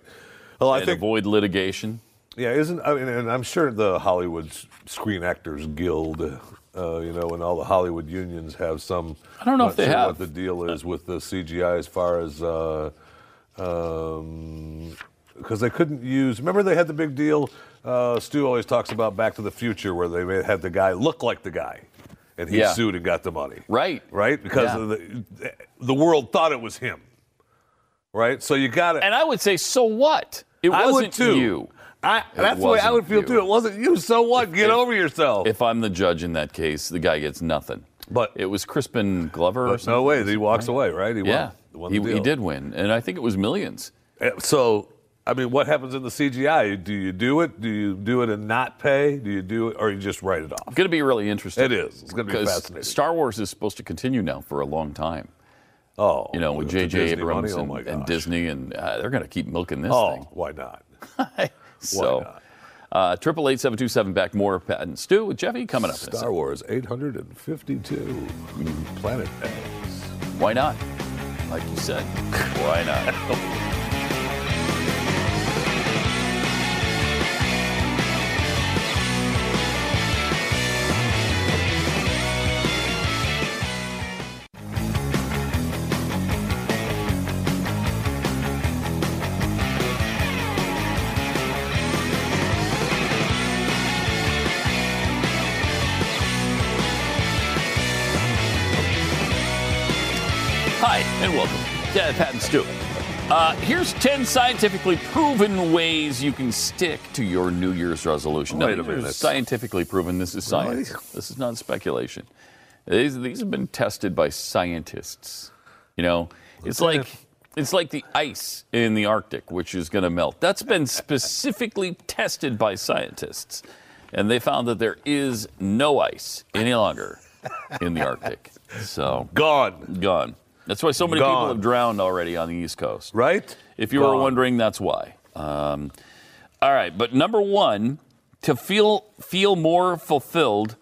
Well, I and think- avoid litigation? Yeah, isn't I mean, and I'm sure the Hollywood S- Screen Actors Guild, uh, you know, and all the Hollywood unions have some. I don't know not if they sure have. what the deal is with the CGI as far as. Uh, um, because they couldn't use. Remember, they had the big deal. Uh, Stu always talks about Back to the Future, where they made- had the guy look like the guy, and he Yeah. sued and got the money. Right. Right. Because Yeah. of the, the world thought it was him. Right. So you got to. And I would say, so what? It I would wasn't too. you. I, It that's the way I wasn't would feel you. too. It wasn't you. So what? Get if- over yourself. If I'm the judge in that case, the guy gets nothing. But it was Crispin Glover. or But something. no way. He walks away, right? He won. yeah, won he, the he deal. did win, and I think it was millions. Uh, So, I mean, what happens in the CGI? Do you do it? Do you do it and not pay? Do you do it, or you just write it off? It's going to be really interesting. It is. It's gonna be 'Cause fascinating. Star Wars is supposed to continue now for a long time. Oh, you know, with the J.J. Disney Abrams money? Oh, and, my and Disney, and uh, they're going to keep milking this Oh, thing. why not? so, uh, triple eight seven two seven back more Pat and Stu with Jeffy coming up. in a Star second. Wars 852 Planet X. Why not? Like you said, why not? Hi, and welcome to Pat and Stu. Uh, here's 10 scientifically proven ways you can stick to your New Year's resolution. Wait now, a these are minute. Scientifically proven. This is science. This is not speculation. These, these have been tested by scientists. You know, it's like it's like the ice in the Arctic, which is going to melt. That's been specifically tested by scientists, and they found that there is no ice any longer in the Arctic. So gone, gone. That's why so many people Gone. have drowned already on the East Coast. Right? If you were Gone. wondering, that's why. Um, all right, but number one, to feel feel more fulfilled,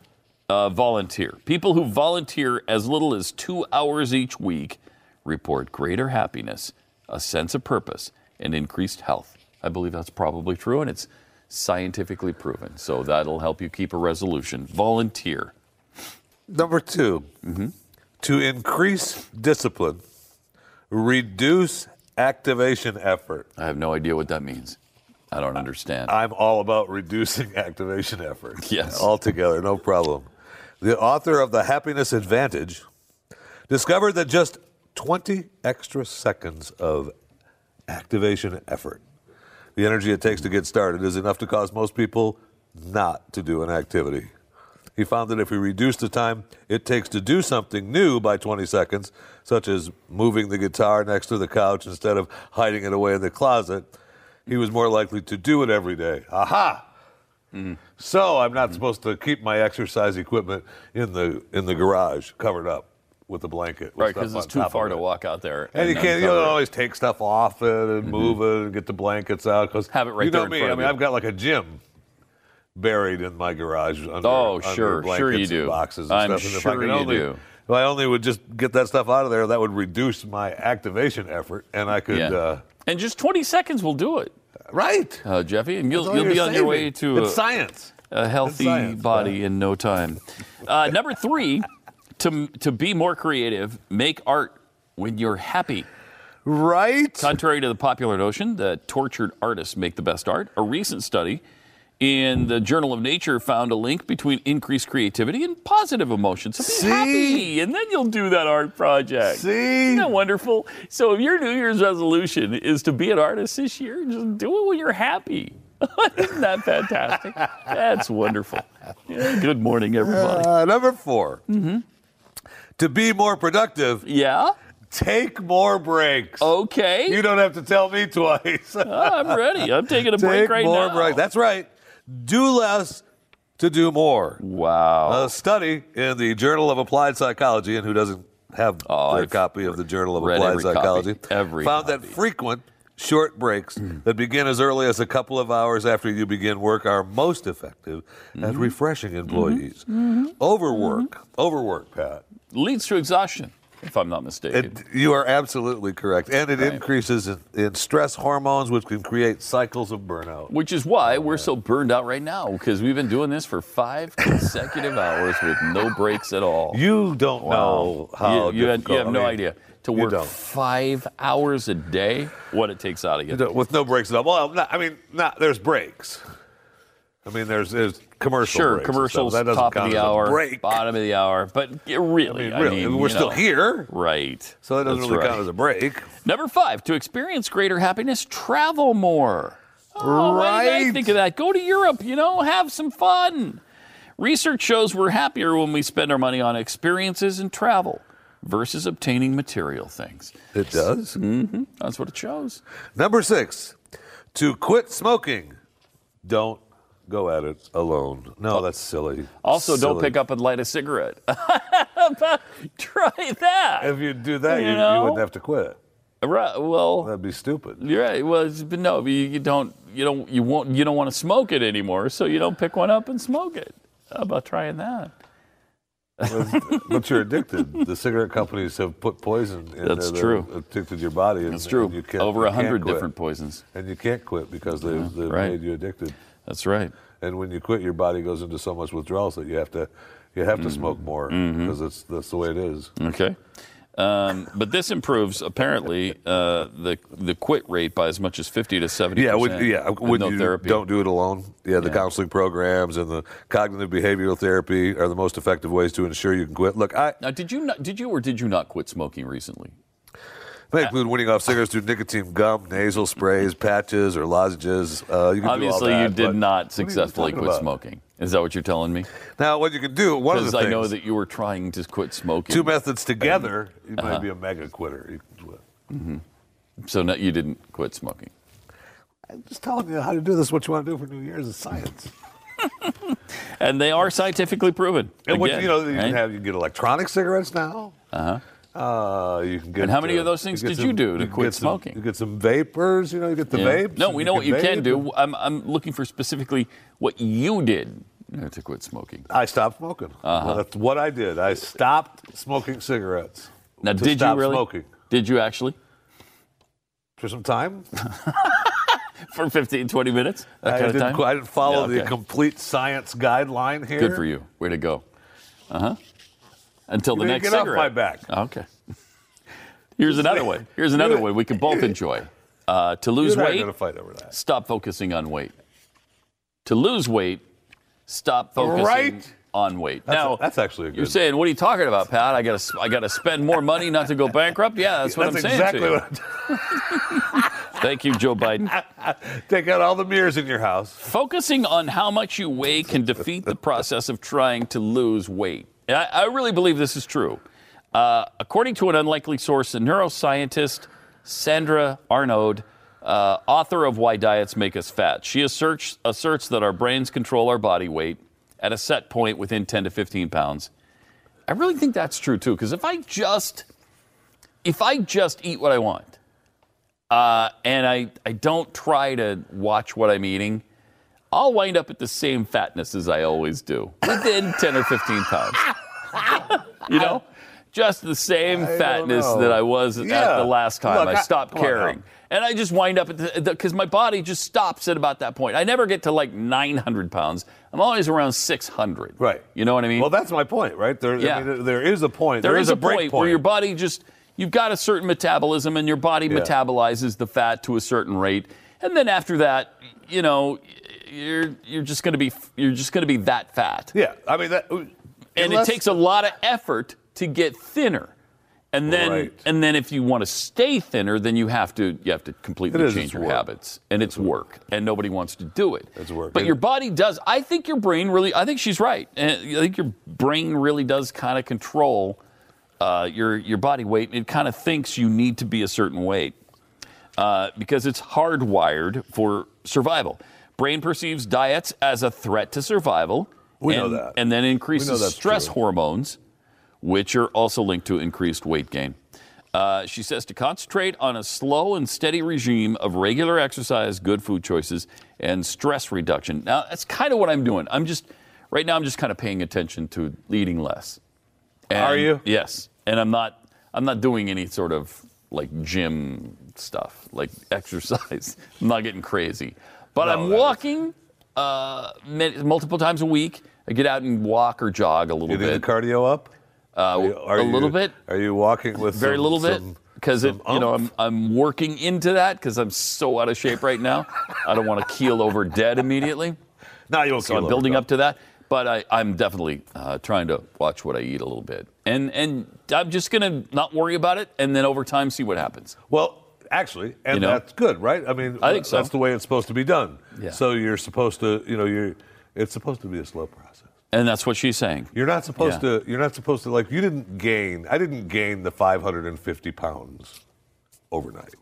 uh, volunteer. People who volunteer as little as two hours each week report greater happiness, a sense of purpose, and increased health. I believe that's probably true, and it's scientifically proven. So that'll help you keep a resolution. Volunteer. Number 2 Mm-hmm. to increase discipline, reduce activation effort. I have no idea what that means. I don't understand. I'm all about reducing activation effort. Yes. Altogether, no problem. The author of The Happiness Advantage discovered that just 20 extra seconds of activation effort, the energy it takes to get started, is enough to cause most people not to do an activity. He found that if we reduce the time it takes to do something new by 20 seconds, such as moving the guitar next to the couch instead of hiding it away in the closet, he was more likely to do it every day. Aha! So I'm not supposed to keep my exercise equipment in the in the garage covered up with a blanket. with Right, stuff because it's on too top of far it. to walk out there. And, you can't, uncover you don't it. Mm-hmm. always take stuff off it and move it and get the blankets out because have it right you know there in me. front I of mean, you. I've got like a gym buried in my garage under, Oh, under sure, blankets sure you and do. boxes and I'm stuff. And sure could you only, do. If I only would just get that stuff out of there, that would reduce my activation effort, and I could. Yeah. Uh, and just 20 seconds will do it. Right. Uh, Jeffy, and you'll, That's all you'll be you're on your saving. way to It's science. a healthy science, body in no time. Uh, number three, to, to be more creative, make art when you're happy. Right? Contrary to the popular notion that tortured artists make the best art, a recent study in the Journal of Nature found a link between increased creativity and positive emotions. So be happy, and then you'll do that art project. See? Isn't that wonderful? So if your New Year's resolution is to be an artist this year, just do it when you're happy. Isn't that fantastic? That's wonderful. Yeah, good morning, everybody. Uh, number 4 Mm-hmm. To be more productive. Yeah. Take more breaks. Oh. Okay. You don't have to tell me twice. I'm ready. I'm taking a Oh, break Take right more now. break. That's right. Do less to do more. Wow. A study in the Journal of Applied Psychology, and who doesn't have their Oh, I've copy of the Journal of read Applied every copy. Psychology? Every Mm. found that frequent short breaks that begin as early as a couple of hours after you begin work are most effective at Mm-hmm. refreshing employees. Overwork, overwork, Pat. Leads to exhaustion, if I'm not mistaken. You are absolutely correct. And it increases in, in stress hormones, which can create cycles of burnout. Which is why we're so burned out right now because we've been doing this for five consecutive hours with no breaks at all. You don't know how you, you, had- you difficult- have I no mean, idea to you work don't. five hours a day. What it takes out of you. You don't- With no breaks at all. Well, not, I mean, not, there's breaks. I mean, there's, there's commercial Sure, breaks and stuff. commercials, That doesn't top of count the as a hour, break. bottom of the hour. But it really, I mean, really, we're you still know. here. Right. So that doesn't That's really right. count as a break. Number five, to experience greater happiness, travel more. Oh, what do you guys Right. think of that? Go to Europe, you know, have some fun. Research shows we're happier when we spend our money on experiences and travel versus obtaining material things. It does. Mm-hmm. That's what it shows. Number six, to quit smoking, don't go at it alone. No, that's silly. Also, don't Silly. pick up and light a cigarette. Try that. If you do that, You you, you know? wouldn't have to quit. Right. Well, that'd be stupid. You're right. Well, it's, but no, but you, you don't. You don't. You won't. You don't want to smoke it anymore, so you don't pick one up and smoke it. How about trying that? but you're addicted. The cigarette companies have put poison. In That's there that true. Addicted your body. And, That's true. and you can't- Over you 100 can't quit. different poisons. And you can't quit because they've, Yeah, they've right. made you addicted. That's right. And when you quit, your body goes into so much withdrawals that you have to you have to Mm-hmm. smoke more because it's that's the way it is. Okay. Um, but this improves apparently uh, the the quit rate by as much as 50 to 70. Yeah, would, yeah. Would no you therapy. don't do it alone. Yeah, the counseling programs and the cognitive behavioral therapy are the most effective ways to ensure you can quit. Look, I Now, did you not, did you or did you not quit smoking recently? They include winning off cigarettes through nicotine gum, nasal sprays, patches, or lozenges. Uh, you can do all Obviously, that, you but- did not What are you successfully talking quit about? smoking. Is that what you're telling me? Now, what you can do, one of the Because I know things- that you were trying to quit smoking. Two methods together, you Uh-huh. might be a mega quitter. You can quit. Mhm. So no, you didn't quit smoking. I'm just telling you how to do this. What you want to do for New Year's is science. And they are scientifically proven. And what, Again, you know, you right? can have you can get electronic cigarettes now. Uh-huh. Uh, you can get. And how many uh, of those things get did some- you do to can quit get some- smoking? you get some vapors. You know, you get the Yeah. vapes. No, and we know what you can vape. do. I'm, I'm looking for specifically what you did to quit smoking. I stopped smoking. Uh-huh. Well, that's what I did. I stopped smoking cigarettes. Now, to did you stop really? Smoking Did you actually? for some time. for 15, 20 minutes? That I kind of didn't, time? qu- I didn't follow Yeah, the okay. complete science guideline here. Good for you. Way to go. Uh huh. Until You the didn't next get off cigarette. my back. Okay. Here's another way. Here's another way we can both enjoy. Uh, to lose You're not weight, gonna fight over that. stop focusing on weight. To lose weight, stop focusing Right? on weight. That's now a- that's actually a Oh, You're good- saying, what are you talking about, Pat? I gotta, s- I gotta spend more money not to go bankrupt. Yeah, that's what That's I'm saying. exactly to you. what I'm Thank you, Joe Biden. Take out all the mirrors in your house. Focusing on how much you weigh can defeat the process of trying to lose weight. And I, I really believe this is true. Uh, according to an unlikely source, the neuroscientist Sandra Arnold, uh, author of Why Diets Make Us Fat, she asserts, asserts that our brains control our body weight at a set point within 10 to 15 pounds. I really think that's true too, because if I just if I just eat what I want, uh, and I, I don't try to watch what I'm eating, I'll wind up at the same fatness as I always do, within 10 or 15 pounds. you know? Just the same I don't fatness know. that I was at Yeah. the last time. Look, I I- stopped come on now. caring. And I just wind up at the, because my body just stops at about that point. I never get to like 900 pounds. I'm always around 600. Right. You know what I mean? Well, that's my point, right? There, Yeah. I mean, there is a point. there is, a, break point, where your body just you've got a certain metabolism and your body Yeah. metabolizes the fat to a certain rate and then after that you know you're you're just going to be you're just going to be that fat yeah, I mean that. and unless- it takes a lot of effort to get thinner and then Right. and then if you want to stay thinner then you have to you have to completely It is, change it's your work. habits and it's work and nobody wants to do it It's work. but And- your body does. I think your brain really. I think she's right. And I think your brain really does kind of control uh, your your body weight. It kind of thinks you need to be a certain weight uh, because it's hardwired for survival. Brain perceives diets as a threat to survival. We and, know that. And then We know increases that's stress true. hormones, which are also linked to increased weight gain. Uh, she says to concentrate on a slow and steady regime of regular exercise, good food choices, and stress reduction. Now, that's kind of what I'm doing. I'm just, right now, I'm just kind of paying attention to eating less. And- Are you? Yes. And I'm not, I'm not doing any sort of like gym stuff, like exercise. I'm not getting crazy. But I'm walking uh, many, multiple times a week. I get out and walk or jog a little You bit. think the cardio up? Uh, Are a you- little bit. Are you walking with Very some- little bit. some- Because you know I'm I'm working into that because I'm so out of shape right now. I don't want to keel over dead immediately. No, you won't. So keel I'm over, building up to that, but I, I'm definitely uh, trying to watch what I eat a little bit, and and I'm just gonna not worry about it, and then over time see what happens. Well, actually, and You know? that's good, right? I mean, I think so. that's the way it's supposed to be done. Yeah. So you're supposed to, you know, you're. It's supposed to be a slow process. And that's what she's saying. You're not supposed Yeah. to. You're not supposed to like. You didn't gain. I didn't gain the 550 pounds overnight.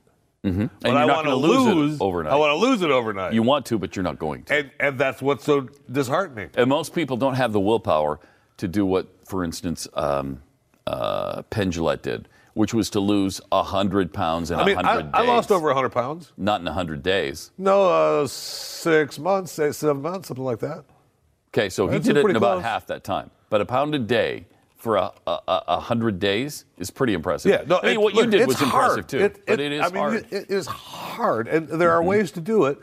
And But you're I not wanna gonna lose, lose- it overnight. I wanna lose it overnight. You want to, but you're not going to. And and that's what's so disheartening. And most people don't have the willpower to do what, for instance, um, uh, Penn Jillette did, which was to lose 100 pounds in I mean, 100 I, days. I lost over 100 pounds. Not in 100 days. No, uh, six months, eight, seven months, something like that. Okay, so he That's did it in pretty about close. half that time. But a pound a day for a, a, a, a 100 days is pretty impressive. Yeah, no, I mean, it- what you look, did it's was impressive hard. too, but it is I mean, hard. Mm-hmm. It, it is hard, and there are ways to do it.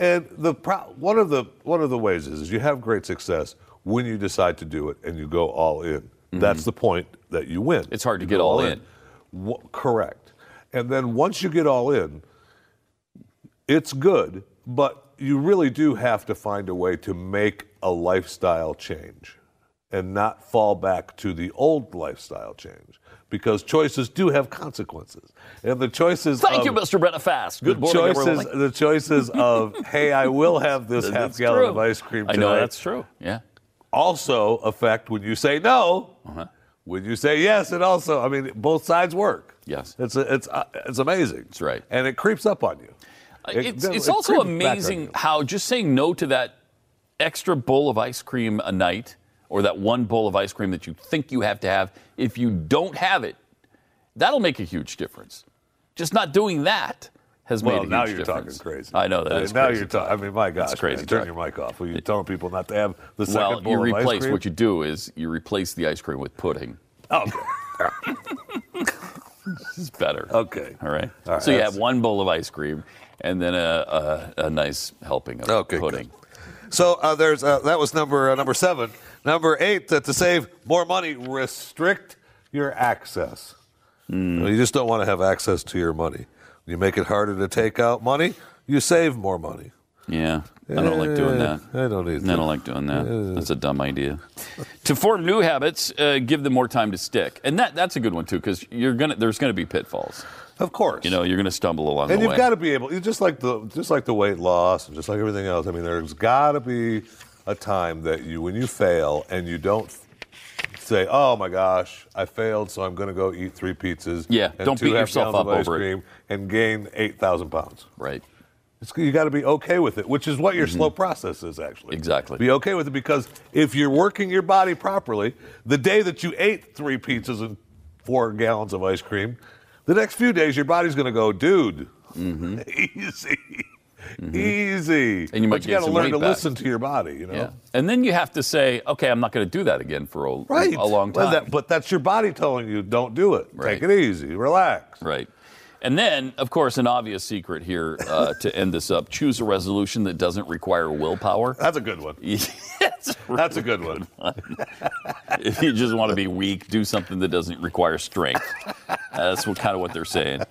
And the pro- one of the one of the ways is, is you have great success when you decide to do it and you go all in. That's the point that you win. Mm-hmm. It's hard to You get go all in. Wha- correct. And then once you get all in, it's good, but you really do have to find a way to make a lifestyle change and not fall back to the old lifestyle change because choices do have consequences. And the choices Thank of- you, Mr. Benefast. Good the morning, um, choices, everyone. the choices of hey, I will have this half That's gallon true. of ice cream I tonight. know, that's true. Yeah. Also affect when you say no. Uh-huh. When you say yes, it also I mean both sides work. Yes. It's a, it's uh, it's amazing. That's right. And it creeps up on you. It Uh, it's, does- it's it also creeps back on you. amazing how just saying no to that extra bowl of ice cream a night or that one bowl of ice cream that you think you have to have if you don't have it that'll make a huge difference just not doing that has Well, made a now huge you're difference talking crazy. i know that I mean, is now crazy you're talking. I mean, my gosh, That's crazy man, turn talk. your mic off. Were you telling people not to have the second well bowl you of ice replace cream? what you do is you replace the ice cream with pudding Oh, okay. This is better. Okay. All right. All right, so you that's- have one bowl of ice cream, and then a, a, a nice helping of pudding. So uh, there's uh, that was number uh, number seven. Number eight, that to save more money, restrict your access. Hmm. You just don't want to have access to your money. You make it harder to take out money. You save more money. Yeah, I don't like doing that. I don't either. I don't like doing that. That's a dumb idea. to form new habits, uh, give them more time to stick, and that that's a good one too, because you're gonna there's gonna be pitfalls. Of course, you know you're gonna stumble along and the you've way. got to be able you just like the just like the weight loss and just like everything else i mean there's got to be a time that you when you fail and you don't say oh my gosh i failed so i'm going to go eat three pizzas Yeah, and don't two beat half yourself pounds of up ice over it. cream and gain 8000 pounds right it's, you got to be okay with it which is what your slow process is actually Mm-hmm. exactly be okay with it because if you're working your body properly the day that you ate three pizzas and four gallons of ice cream the next few days your body's going to go dude easy, easy. Mm-hmm. And you might but you gain got to some learn weight to back. listen to your body, you know. Yeah. And then you have to say, okay, I'm not going to do that again for a, Right. a long time. Well, that- but that's your body telling you, don't do it. Right. Take it easy. Relax. Right. And then, of course, an obvious secret here uh, to end this up choose a resolution that doesn't require willpower. That's a good one. That's a good one. if you just want to be weak, do something that doesn't require strength. That's what, kind of what they're saying.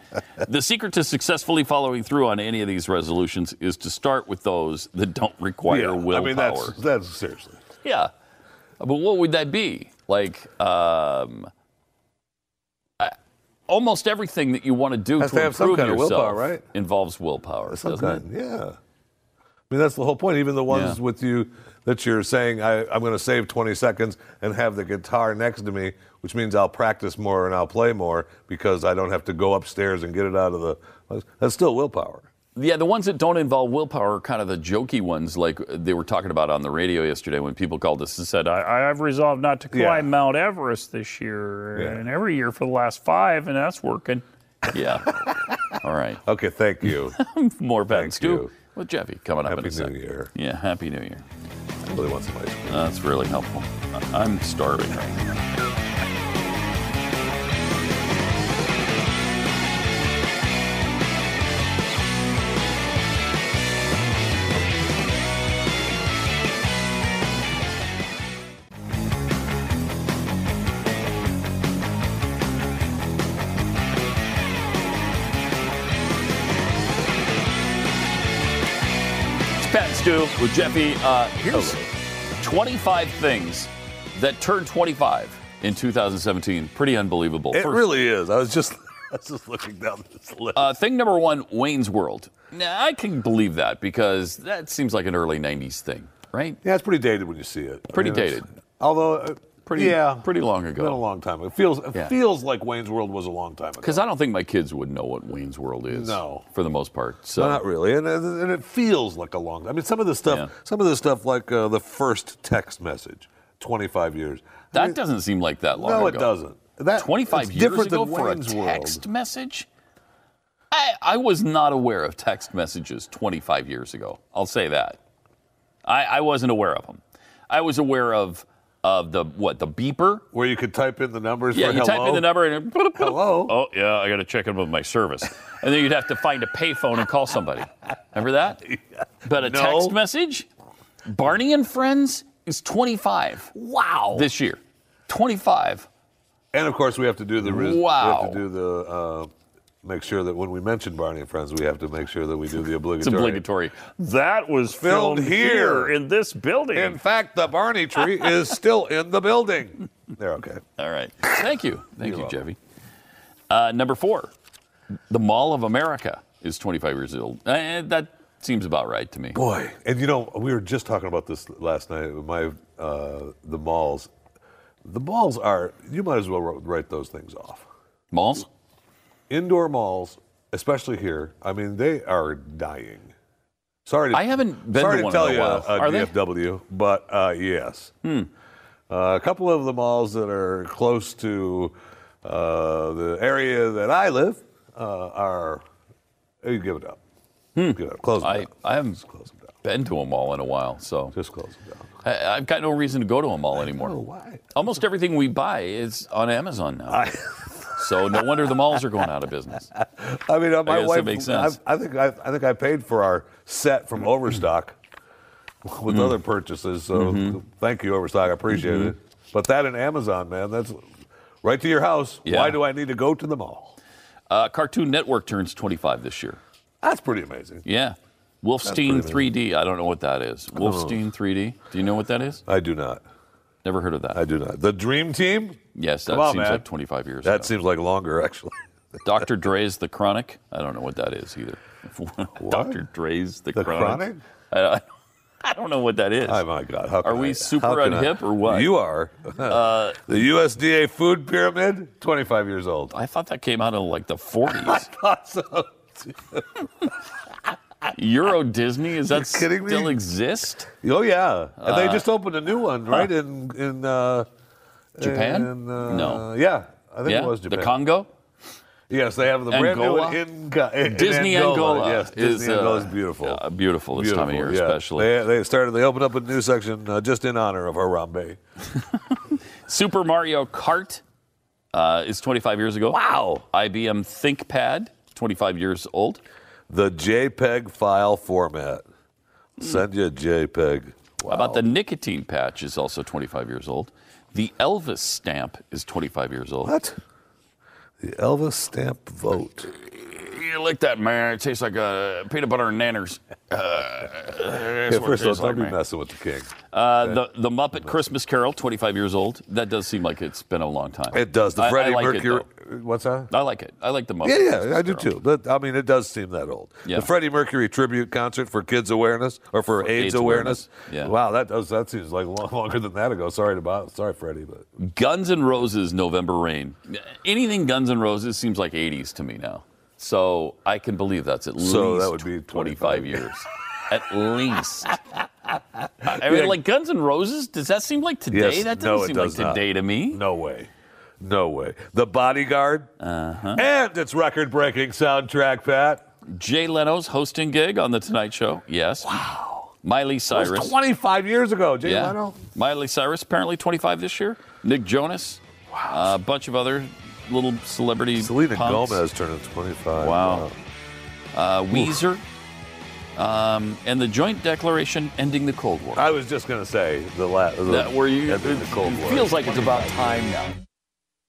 The secret to successfully following through on any of these resolutions is to start with those that don't require Yeah, willpower. I mean, that's, that's seriously. Yeah. But what would that be? Like, um, I- almost everything that you want to do Has to to have some improve kind of yourself willpower, right? involves willpower, Some doesn't kind, it? yeah. I mean, that's the whole point. Even the ones Yeah. with you that you're saying, I, I'm going to save 20 seconds and have the guitar next to me, which means I'll practice more and I'll play more because I don't have to go upstairs and get it out of the. That's still willpower. Yeah, the ones that don't involve willpower are kind of the jokey ones, like they were talking about on the radio yesterday when people called us and said, I, I've resolved not to Yeah. climb Mount Everest this year Yeah. and every year for the last five, and that's working. I yeah. All right. Okay, thank you. More patents too with Jeffy coming up in a second. Year. Yeah, Happy New Year. I really want some ice cream. That's really helpful. I- I'm starving right now. It's Pat and Stu with Jeffy. Uh, here's 25 things that turned 25 in 2017. Pretty unbelievable. It First- really is. I was just, I was just looking down this list. Uh, thing number one, Wayne's World. Now, I can believe that because that seems like an early 90s thing, right? Yeah, it's pretty dated when you see it. I Pretty mean, it's- dated. Although, uh, Pretty- yeah, pretty long ago. Been a long time. It feels, it Yeah. feels like Wayne's World was a long time ago. Because I don't think my kids would know what Wayne's World is. No. For the most part. So Not really, and, and it feels like a long. I mean, some of the stuff, some of the stuff like uh, the first text message, 25 years. that doesn't seem like that long no, ago. it doesn't. That 25 it's years different ago than for Wayne's a World. text message? I, I was not aware of text messages 25 years ago. I'll say that. I, I wasn't aware of them. I was aware of of the what the beeper where you could type in the numbers. Yeah, for you type in hello? the number and it- hello. Oh yeah, I got to check in with my service, and then you'd have to find a payphone and call somebody. Remember that? But a No. text message. Barney and Friends is 25. Wow. This year, 25. And of course, we have to do the ris- Wow. We have to do the uh, make sure that when we mention Barney and Friends, we have to make sure that we do the obligatory. obligatory. That was Filmed filmed, here. in this building. In fact, the Barney tree is still in the building. They're okay. All right. Thank you. Thank you, You're welcome. Jeffy. Uh, number four, the Mall of America is 25 years old. Eh, that seems about right to me. Boy, and you know, we were just talking about this last night. with My uh, the malls, the malls are. You might as well wr- write those things off. Malls, indoor malls, especially here. I mean, they are dying. Sorry, to, I haven't been sorry to one tell in a you, while. Uh, Are they? Hmm. DFW, but uh, yes, uh, a couple of the malls that are close to uh, the area that I live uh, are. You give it up. Give it up. Close it Hmm. I, down. I haven't been to a mall in a while, so just close them down. I, I've got no Oh, reason to go to a mall anymore. know why. Almost everything we buy is on Amazon now. So no wonder the malls are going out of business. I mean, uh, I my guess that wife. makes sense. I, I think I, I think I paid for our set from Overstock with Mm. other purchases. So Mhm. thank you, Overstock. I appreciate Mhm. it. But that and Amazon, man, that's right to your house. Yeah. Why do I need to go to the mall? Uh, Cartoon Network turns 25 this year. That's pretty amazing. Yeah. pretty Wolfstein amazing. Oh. 3D. I don't know what that is. I don't know. Wolfstein 3D. Do you know what that is? I do not. Never heard of that. I do not. The Dream Team. Yes, that Come on, seems man. like 25 years. That ago. seems like longer, actually. Dr. Dre's The Chronic. I don't know what that is either. Dr. Dre's The, The Chronic? I, I- I don't know what that is. Oh my God! How Are can we I- super how can I- unhip or what? You are. Uh, the USDA food pyramid, 25 years old. I thought that came out in like the 40s. I thought so. Euro Disney? Is that You're kidding me? still exist? Oh yeah, and they Uh, just opened a new one, right? huh. In in uh, Japan? in, uh, No. Yeah, I think Yeah, it was the Japan. Congo? Yes, they have the brand new Angola? one in, Ga- in Disney Angola, Yes, is, Disney Angola is uh, beautiful. yeah, beautiful this time of year yeah. especially. They, they started. They opened up a new section uh, just in honor of Harambe. Super Mario Kart uh, is 25 years ago. Wow. IBM ThinkPad, 25 years old. The JPEG file format. Hmm. Send you a JPEG. Wow. How about the nicotine patch is also 25 years old. The Elvis stamp is 25 years old. What? The Elvis stamp vote. You lick that, man. It tastes like uh, peanut butter and nanners. Uh, that's Yeah, what it first of all, tastes like, don't be man. messing with the king. Uh, the, the Muppet Christmas Carol, 25 years old. That does seem like it's been a long time. It does. The I- I Freddie like it, Mercury. what's that? I like it. I like the Muppet. yeah, yeah, Christmas I do Carol. too. But I mean, it does seem that old. Yeah. The Freddie Mercury tribute concert for kids awareness or for, AIDS, AIDS awareness. awareness, yeah. Wow, that does that seems like long, longer than that ago. Sorry about sorry, Freddie, but Guns N' Roses, November Rain. Anything Guns N' Roses seems like 80s to me now. So I can believe that's at So least that would be 25 years. at least. I mean, Yeah. like Guns N' Roses, does that seem like today? Yes, that doesn't no, it seem does like not. today to me. No way. No way. The Bodyguard Uh-huh. and its record-breaking soundtrack. Pat Jay Leno's hosting gig on The Tonight Show. Yes. Wow. Miley That was Cyrus. 25 years ago. Jay yeah. Leno. Miley Cyrus, apparently 25 this year. Nick Jonas. Wow. A bunch of other little celebrity Selena punks. Gomez turning 25. Wow. Uh, Weezer. Um, and the joint declaration ending the Cold War. I was just gonna say the last. That were you? the Cold it War. feels like it's about time now.